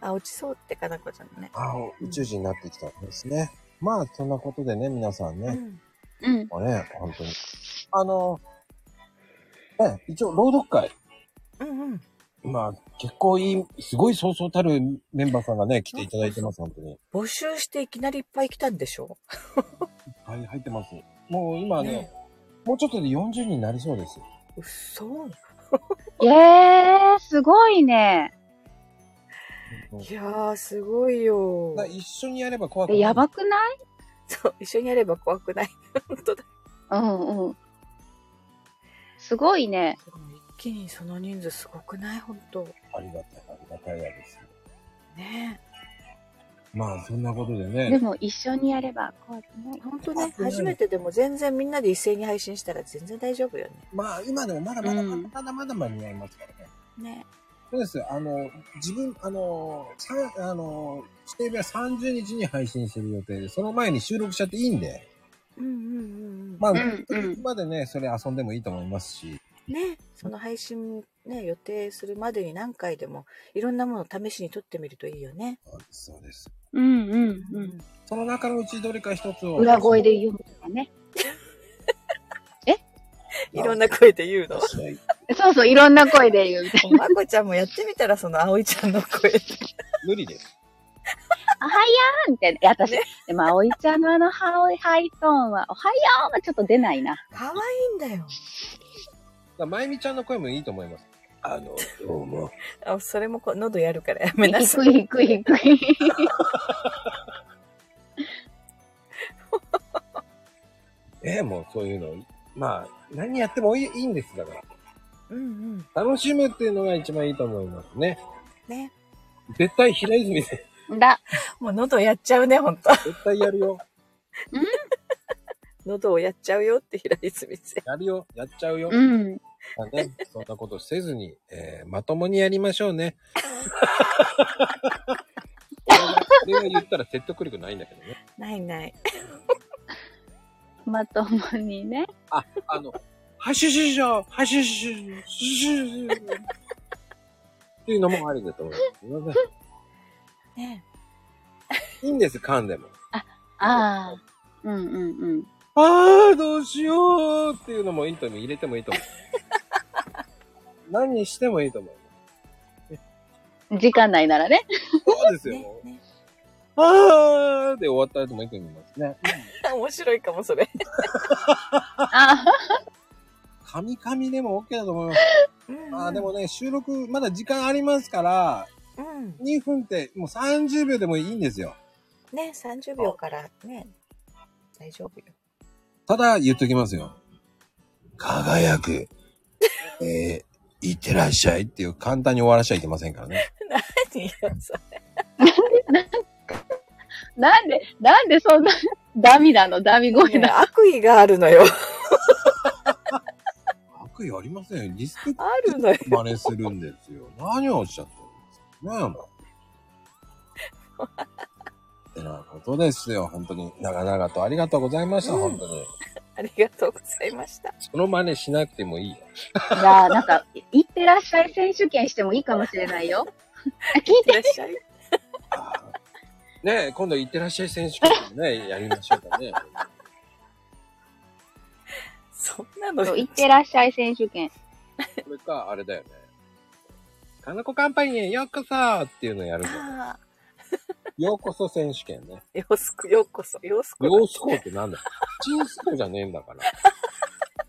あ、落ちそうってかなこちゃんのね。
あー宇宙人になってきたんですね。まあ、そんなことでね、皆さん
う
ね、
ん。
うん。
もうね、本当に。あの、ね、一応、朗読会。
うんうん。
まあ、結構いい、すごいそうそうたるメンバーさんがね、来ていただいてます、本当に。
募集していきなりいっぱい来たんでしょ
はい、入ってます。もう今ね、
ね
もうちょっとで40人になりそうです。
うそ
ええー、すごいね。
いやーすごいよ
だから一緒にやれば怖くな
え
い。
やばくない
そう一緒にやれば怖くない本当だ
うんうん。すごいね。
一気にその人数すごくない本当
ありがたい、ありがたいやです。
ね
まあ、そんなことでね。
でも一緒にやれば怖くない
え。本当ね初めてでも全然みんなで一斉に配信したら全然大丈夫よね
まあ、今でもまだまだ、
うん
まだまだ間に合いますからね。
ね
そうです。あの、自分、あの、さあの、指定日は30日に配信する予定で、その前に収録しちゃっていいんで、
うんうんうんうん
まあ、
うんうん
いつまでね、それ遊んでもいいと思いますし、
ねえその配信ね予定するまでに何回でもいろんなものを試しに撮ってみるといいよね
そうです、そうです。
うんうんうん。
その中のうちどれか一つを。
裏声で読むとかね。
いろんな声で言うの。
そうそう、いろんな声で 言うみたい
まこちゃんもやってみたら、その葵ちゃんの声。
無理です。
な。おはようみたいな。いや、私、でも、葵ちゃんのあのハオイ、ハイトーンは、おはようがちょっと出ないな。
可愛いんだよ。
だからまゆみちゃんの声もいいと思います。あの、どうも。
あ、それもこう喉やるからやめなさ
低
い。
い低い低い。
ええもうそういうの。まあ、何やってもいいいいんです。だから。
うんうん。
楽しむっていうのが一番いいと思いますね。
ね。
絶対平泉で、
だ。
もう喉やっちゃうね、ほんと。
絶対やるよ。
喉をやっちゃうよって平泉先
やるよ。やっちゃうよ。
うん。
まあね、そんなことせずに、えーまともにやりましょうね。それは言ったら説得力ないんだけどね。
生。ないない。
まともにね。
あの、はしゅしゅしょ、はしゅしゅしゅしゅしゅっていうのもありだと思います。すいませ
ね。
ん。いいんです、噛んでも。
ああ。うんうんうん。
あー、どうしようっていうのもいいと思う。入れてもいいと思う。 何にしてもいいと思う。
時間内な らね。
そうです
ね
よ。
ね
あーで終わった後もいいと思いますね。
面白いかも、それ。
あ
噛み噛みでも OK だと思います。
うん
あーでもね、収録まだ時間ありますから、
うん。
2分ってもう30秒でもいいんですよ。
ね、30秒からね。大丈夫よ。
ただ言っときますよ。輝く。えー、いってらっしゃいっていう簡単に終わらしちゃいけませんからね。
何よ、それ。
あ。なんで、なんでそんな ダミなのダミ声
ね
だ。
悪意があるのよ。
悪意ありませんよ。リスペクト
あるのよ。
真似するんです よ。何をおっしゃってるんですかねえの。てなことですよ。本当に長々とありがとうございました。
うん
本当に。
ありがとうございました。
その真似しなくてもいいよ。
じゃあ、なんか、いってらっしゃい選手権してもいいかもしれない よ。あ聞い
い
て。
らっしゃい。
あーねえ、今度行ってらっしゃい選手権も ね、やりましょうかね。
そんなの
いってらっしゃい選手権。
これか、あれだよね。かなこカンパニーへようこそっていうのやる ぞ。
あ
ようこそ選手権ね。
あ、ようすく、ようこそ、ようすこ。
ようすこうってなんだよ。チンスコじゃねえんだ から。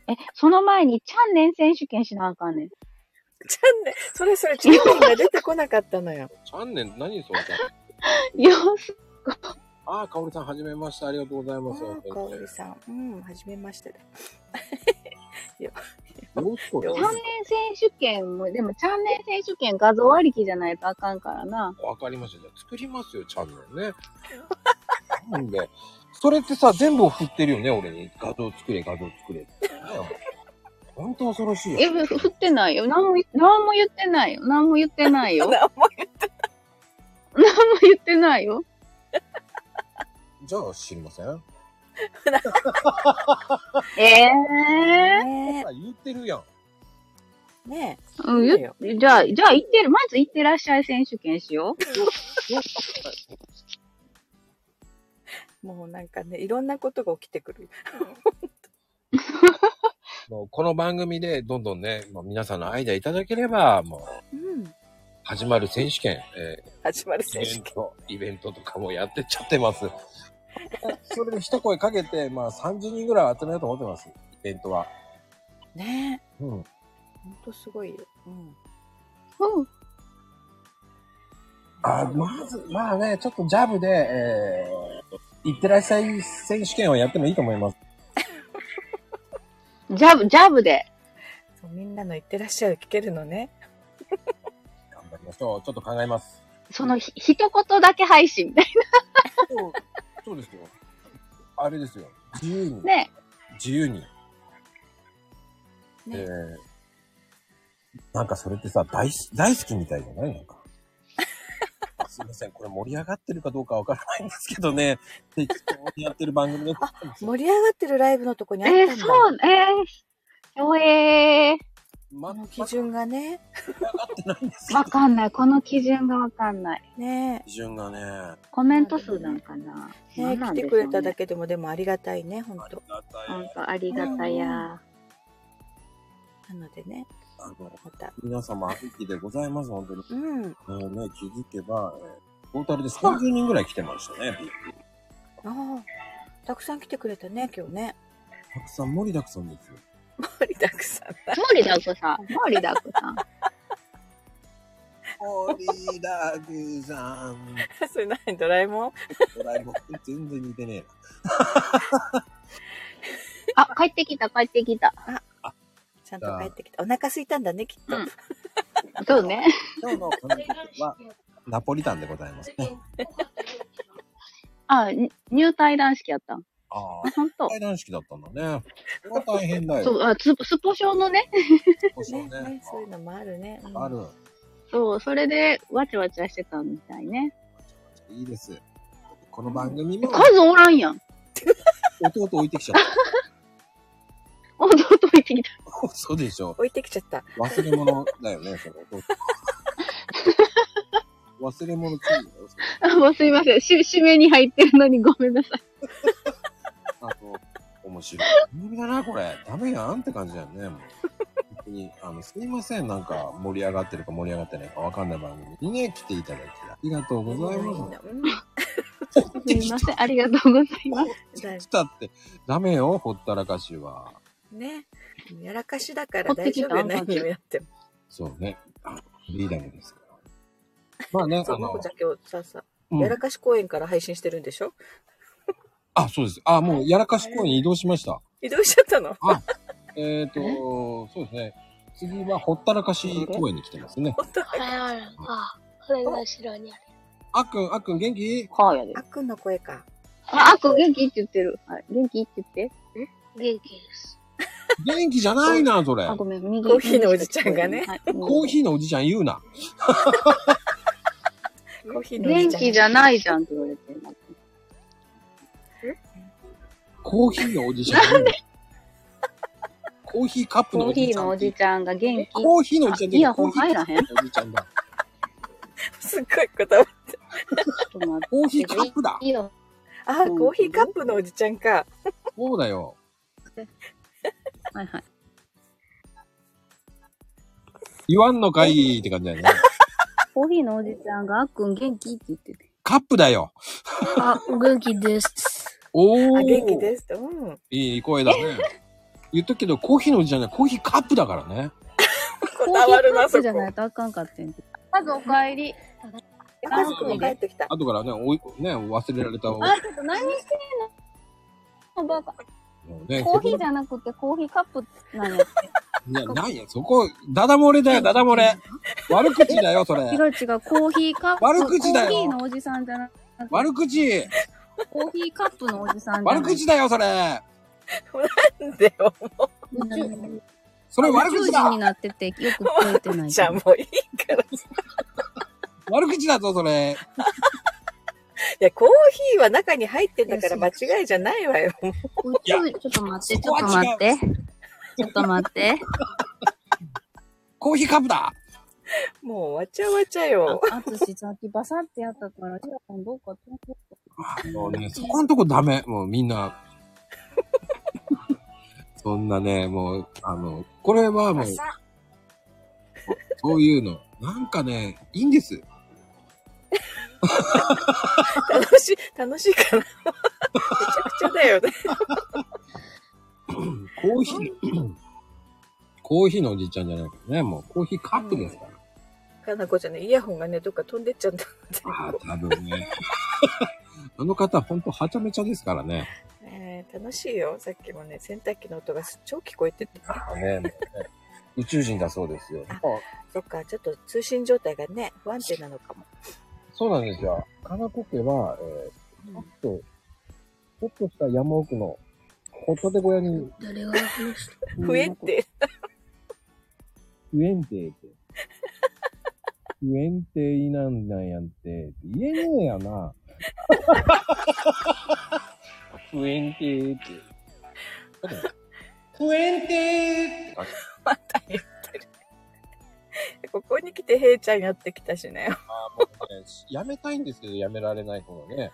え、その前にチャンネン選手権しなあかんねん。
ちゃんね、それそれ、チャンネルが出てこなかったのよ。
チャンネル、何それ。
よし。
ああ、かおりさん、はじめまして。ありがとうございます。
うんかおりさん。うん、はじめましてだ。
ようすこう
チャ
だ
ンネン選手権も、でもチャンネン選手権画像ありきじゃないとあかんからな。
わかりました。じゃあ作りますよ、チャンネルね。 なんで、それってさ、全部を振ってるよね、俺に。画像作れ、画像作れって。本当恐ろしいよ。
え、ふ振ってないよ。何も言、何も言ってないよ。何も言ってない よ。何
何も言っ
も言ってないよ。
じゃあ知りませんあ
ええ
て
ー。
ね
言ってるやん。
え。ね
うん、
いいよ
言っじゃあ、じゃあ、行ってる、まず行ってらっしゃい選手権しよ
え。もうなんかね、いろんなことが起きてくる。
もうこの番組でどんどんね、もう皆さんのアイデアいただければ、もう
うん。
始まる選手権、え
始まる
ー
選
イ
手
ベン
権。
ト、イベントとかもやってっちゃってます。 それで一声かけて、まあ30人ぐらい集めようと思ってます、イベントは。
ね
うん。
え。ほんとすごいよ。うん。
う。 うん。
あ、まず、まあね、ちょっとジャブで、えー、いってらっしゃい選手権をやってもいいと思います。
ジャブ、ジャブで。
そうみんなの言ってらっしゃる聞けるのね。
頑張りましょう。ちょっと考えます。
そのひ、一言だけ配信みたい
そう、そうですよ。あれですよ。自由に。
な ね。
自由に。
ね
えーなんかそれってさ、大す、大好きみたいじゃないなんか。すいません、これ盛り上がってるかどうかわからないんですけどね、適当にやってる番組だと思ってます
盛り上がってるライブのとこにあ
え
ったんだ。
ー、そう、えー、ひょえー。
ま、
の基準がね、
わかんない。この基準がわかんない。
ね
基準がね、あ
コメント数なんかな。
え、ねえ
何な
来
ん
て
でし
く
ょう
れ
ね
ただけでもでもありがたいね、本
り
当
がた
ほん
い。
と、ありがたや。
なのでね、
あの、
また。
皆様、秋きでございます、本当に。
うん。
えーね、気づけば、えートータルで30人ぐらい来てましたね、びっくり
ああ、たくさん来てくれたね、今日ね。
たくさん、盛りだくさんですよ。
盛りだくさんだ。
モリダコさん。モリダコさん。
盛りだくさん。
それ何ドラえもん
ドラえもん、全然似てねえな。
あ、帰ってきた、帰ってきた。
ちゃんと帰ってきた。お腹空いたんだね、きっと。
うんそう ね。
今日のこの曲は、ナポリタンでございますね。
あ、に入隊男式やったん。
あ
あ、
あ、
ほんと。
対談式だったんだね。これは大変だ
そ
よ。
う、あ、ススポショのね。
そうそう
ね
ね
ね。そういうのもあるね。うん
ある。
そう、それで、わちゃわちゃしてたみたいね。
いいです。この番組も
数おらんやん。
弟置いてきちゃった。
弟行ってきた。
そうでしょ。
置いてきちゃった。
忘れ物だよね、その 弟。忘れ物ついだよ。それ
あ、もうすいません。し、締めに入ってるのにごめんなさい。
あの、面白い。番組だな、これ。ダメやんって感じだよね、もう。本当に、あの、すいません。なんか、盛り上がってるか盛り上がってないかわかんない番組にね、来ていただきありがとうございます。
うん
すいません。ありがとうございます。
だ
来たって、ダメよ、ほったらかしは。
ね。やらかしだから
持って
大
き
丈
た
夫よね、
あんた
君やっても。
そうね。あリーダーですから。まあね、
そ
あ
う、まこ
の
ちゃ、ん今日さ、さ、
うん
やらかし公演から配信してるんでしょ
あ、そうです。あ、もう、やらかし公園に移動しました。
移動しちゃったの
えっ、ー、と、そうですね。次は、ほったらかし公園に来てますね。
本当
あっくん、あっくん、元気
かやで
あ。っくんの声か。
あ、あっこ元気って言ってる。はい。元気って言って。
元気です。
元気じゃないな、それ
あ、。ごめん。右
コーヒーのおじちゃんがね
はい
コーヒーのおじちゃん言うな。
コーヒーのお
元
ち
気じゃないじゃんって言われてる。
コーヒーのおじちゃん言うな。コーヒーカップの
コー
お
ヒ
じ
ー
ちゃん。
のおじちゃんが元気。
コーヒーのおじちゃん
あイヤホン入らへん
コーヒーのおじちゃんだ。
すっごいこ
ち
と。
ょっと待って
コーヒーカップだ。
いいよ。
ああ、
うん
コーヒーカップのおじちゃんか。
そうだよ。
はいはい。
言わんのかいって感じだよね。
コーヒーのおじちゃんがあっくん元気って言ってて。
カップだよ。
あ、元気 です。
お
あ、
ー。
元気ですと。うん。
いい声だね。言っとくけど、コーヒーのおじちゃんじゃない、コーヒーカップだからね。
こだわるな、
コーヒーカップ
そ
じゃな
こ。
いとあかんかってんけど。まずお帰り。
え、家族も帰ってきた。
後からね、おいね、忘れられた。
あ、ちょっと何してんのバカ。
ね、
コーヒーじゃなくてコーヒーカップなのって。
いや、ないよ。そこ、ダダ漏れだよ、ダダ漏れ。悪口だよ、それ
違。う違う、コーヒーカップ。
悪口だよ
コーヒーのおじさんじゃなくて、
悪口
コーヒーカップのおじさんじゃ
悪
なくて
口だよ、それ
なんでよ、も
宇宙
それ悪
宇
口
宙人に
だ
なっててよく聞こえてな
う、
い
じゃあもういいから。い
悪口だぞ、それ
や、コーヒーは中に入ってんだから間違いじゃないわよ。
宇宙、ちょっと待って、
そ
ち
こ
ょっ
は
と
違
待
う
って。ちょっと待って。
コーヒーカップだ
もうわちゃわちゃよ。
あつし、さっきバサってやったから、ちらさんどうかと思って。
あもうね、そこんとこダメ。もうみんな。 そんなね、もう、あの、これはもう、そういうの。なんかね、いいんです。
楽しい、楽しいかな。めちゃくちゃだよね。
コーヒー、コーヒーのおじいちゃんじゃないからね、もうコーヒーカップですから。
かなこちゃんね、イヤホンがね、どっか飛んでっちゃった。
ああ、多分ね。 あの方、ほんとはちゃめちゃですからね。
えー、楽しいよ。さっきもね、洗濯機の音が超聞こえてた。
あねね宇宙人だそうですよ。
そっか、ちょっと通信状態がね、不安定なのかも。
そうなんですよ。かなこ家は、えー、ちょっと、ちょっとした山奥の、ホットテ小屋に、
誰が話した
不安定。
不園亭って。不園亭なんなんやんて、って言えねえやな。不園亭って。
不園亭
また言ってる。 きてヘイちゃんやってきたしね。
ねやめたいんですけど、やめられない方が ね。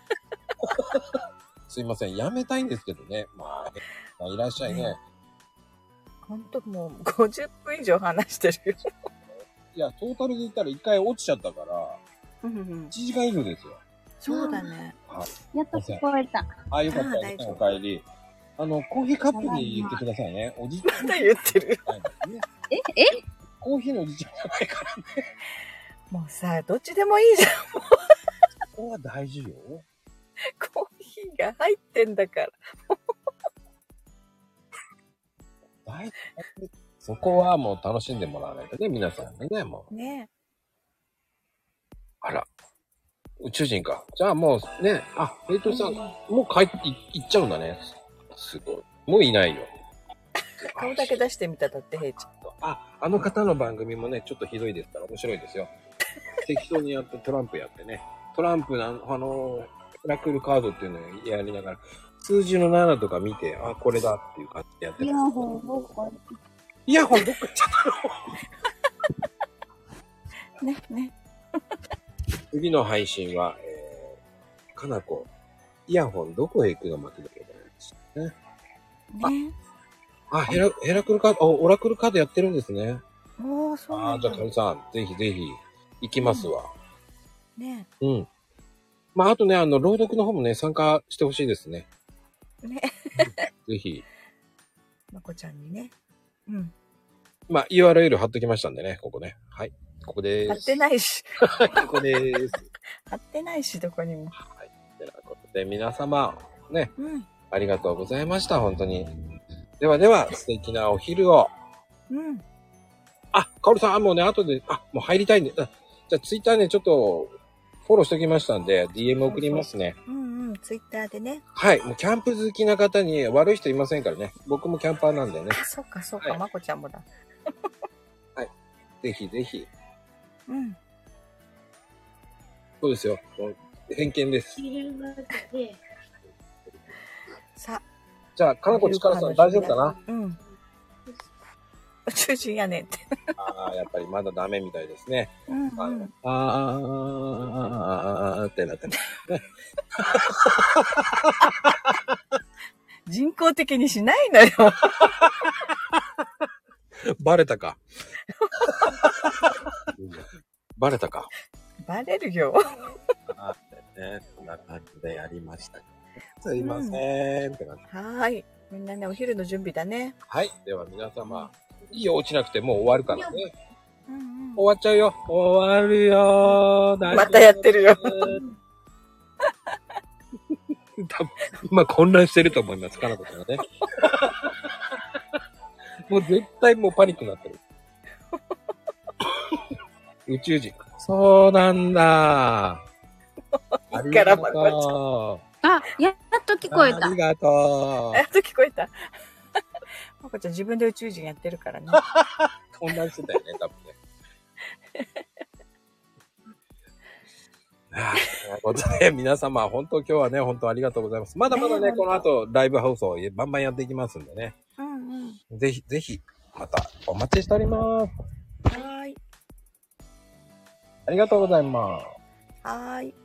すいません、やめたいんですけどね。まあ、まあいらっしゃいね。
ほんともう50分以上話してるよ。
いや、トータルで言ったら一回落ちちゃったから、
うんうん
1。時間以上ですよ。
そうだね。
やっと聞こえた。
ああ、よかった
あー大丈
お
夫
帰り。あの、コーヒーカップに言ってくださいね。おじちゃん
まだ言ってる。
じゃないからね。
え、え
コーヒーのおじちゃんじゃないから。
もうさ、どっちでもいいじゃん。
ここは大事よ。
コーヒーが入ってんだから。
大事。そこはもう楽しんでもらわないとね、皆さんにね、もう。
ね
あら。宇宙人か。じゃあもうね、あ、ヘイトさん、もう帰ってい行っちゃうんだね。すごい。もういないよ。
顔だけ出してみただってヘイちゃん。
あ、あの方の番組もね、ちょっとひどいですから面白いですよ。 適当にやってトランプやってね。トランプのあのあの、オラクルカードっていうのをやりながら、数字の7とか見て、あ、これだっていう感じでやって
イ
る
ヤ。ホンどこ
イヤホンどっか行っちゃったの
ね、ね。
次の配信は、えー、かなこ、イヤホンどこへ行くが巻きだけだね。
ね。
あ、ヘラ、ヘラクルカード、おオラクルカードやってるんですね。
もうそう
あ
な
あ、
ん
じ
だ
ゃあ、かみさん、ぜひぜひ、行きますわ。
ね。
うん。まあ、あとね、あの、朗読の方もね、参加してほしいですね。
ね。
ぜひ。
まこちゃんにね。うん。
まあ、URL 貼っときましたんでね、ここね。はい。ここで
貼
ー
っ
す。
てないし。
ここでーす。
貼ってないし、どこにも。
はい。てなことで、皆様、ね、
うん。
ありがとうございました、本当に。ではでは、素敵なお昼を。
うん。
あ、カオルさん、あ、もうね、後で、あ、もう入りたいんで、あじゃあ、ツイッターね、ちょっと、フォローしときましたんで、DM 送りますね。
うんうん。ツイッターでね。
はい。もうキャンプ好きな方に悪い人いませんからね。僕もキャンパーなんでね。
あ、そっかそっか。
はい
まこちゃんもだ。
ぜひぜひ。
うん。
そうですよ。もう偏見です。
さ、
じゃあ、かなこ力さん大丈夫かな
うん。宇宙人やねんって。
ああ、やっぱりまだダメみたいですね。
うん、
あ
うん。
あああってなってね。
人工的にしないのよ。
バレたか。バレたか。
バレるよ。
あってね。こんな感じでやりました。すいません。って感じ。
はーい。みんなね、お昼の準備だね。
はい。では皆様、いいよ、落ちなくてもう終わるからね。
うんうん。
終わっちゃうよ。終わるよ。
またやって るよ。
多分まあ混乱してると思います、かなこちゃん はね。もう絶対もうパニックにな ってる。宇宙人。そうなんだ。ありが
から
と
ま こちゃ
う。
ん
あ、やっと聞こえ
あ
た
り。がと
あやっと聞こえた。まこちゃん自分で宇宙人やってる からね。
う。混乱してたよね、多分ね。 ああということで、皆様、本当今日はね、本当ありがとうございます。まだまだ
ね
ね、この後、ライブハウスをバンバンやっていきますんでね。
うんうん。
ぜひ、ぜひ、またお待ちしております。
はーい。
ありがとうございます。
はーい。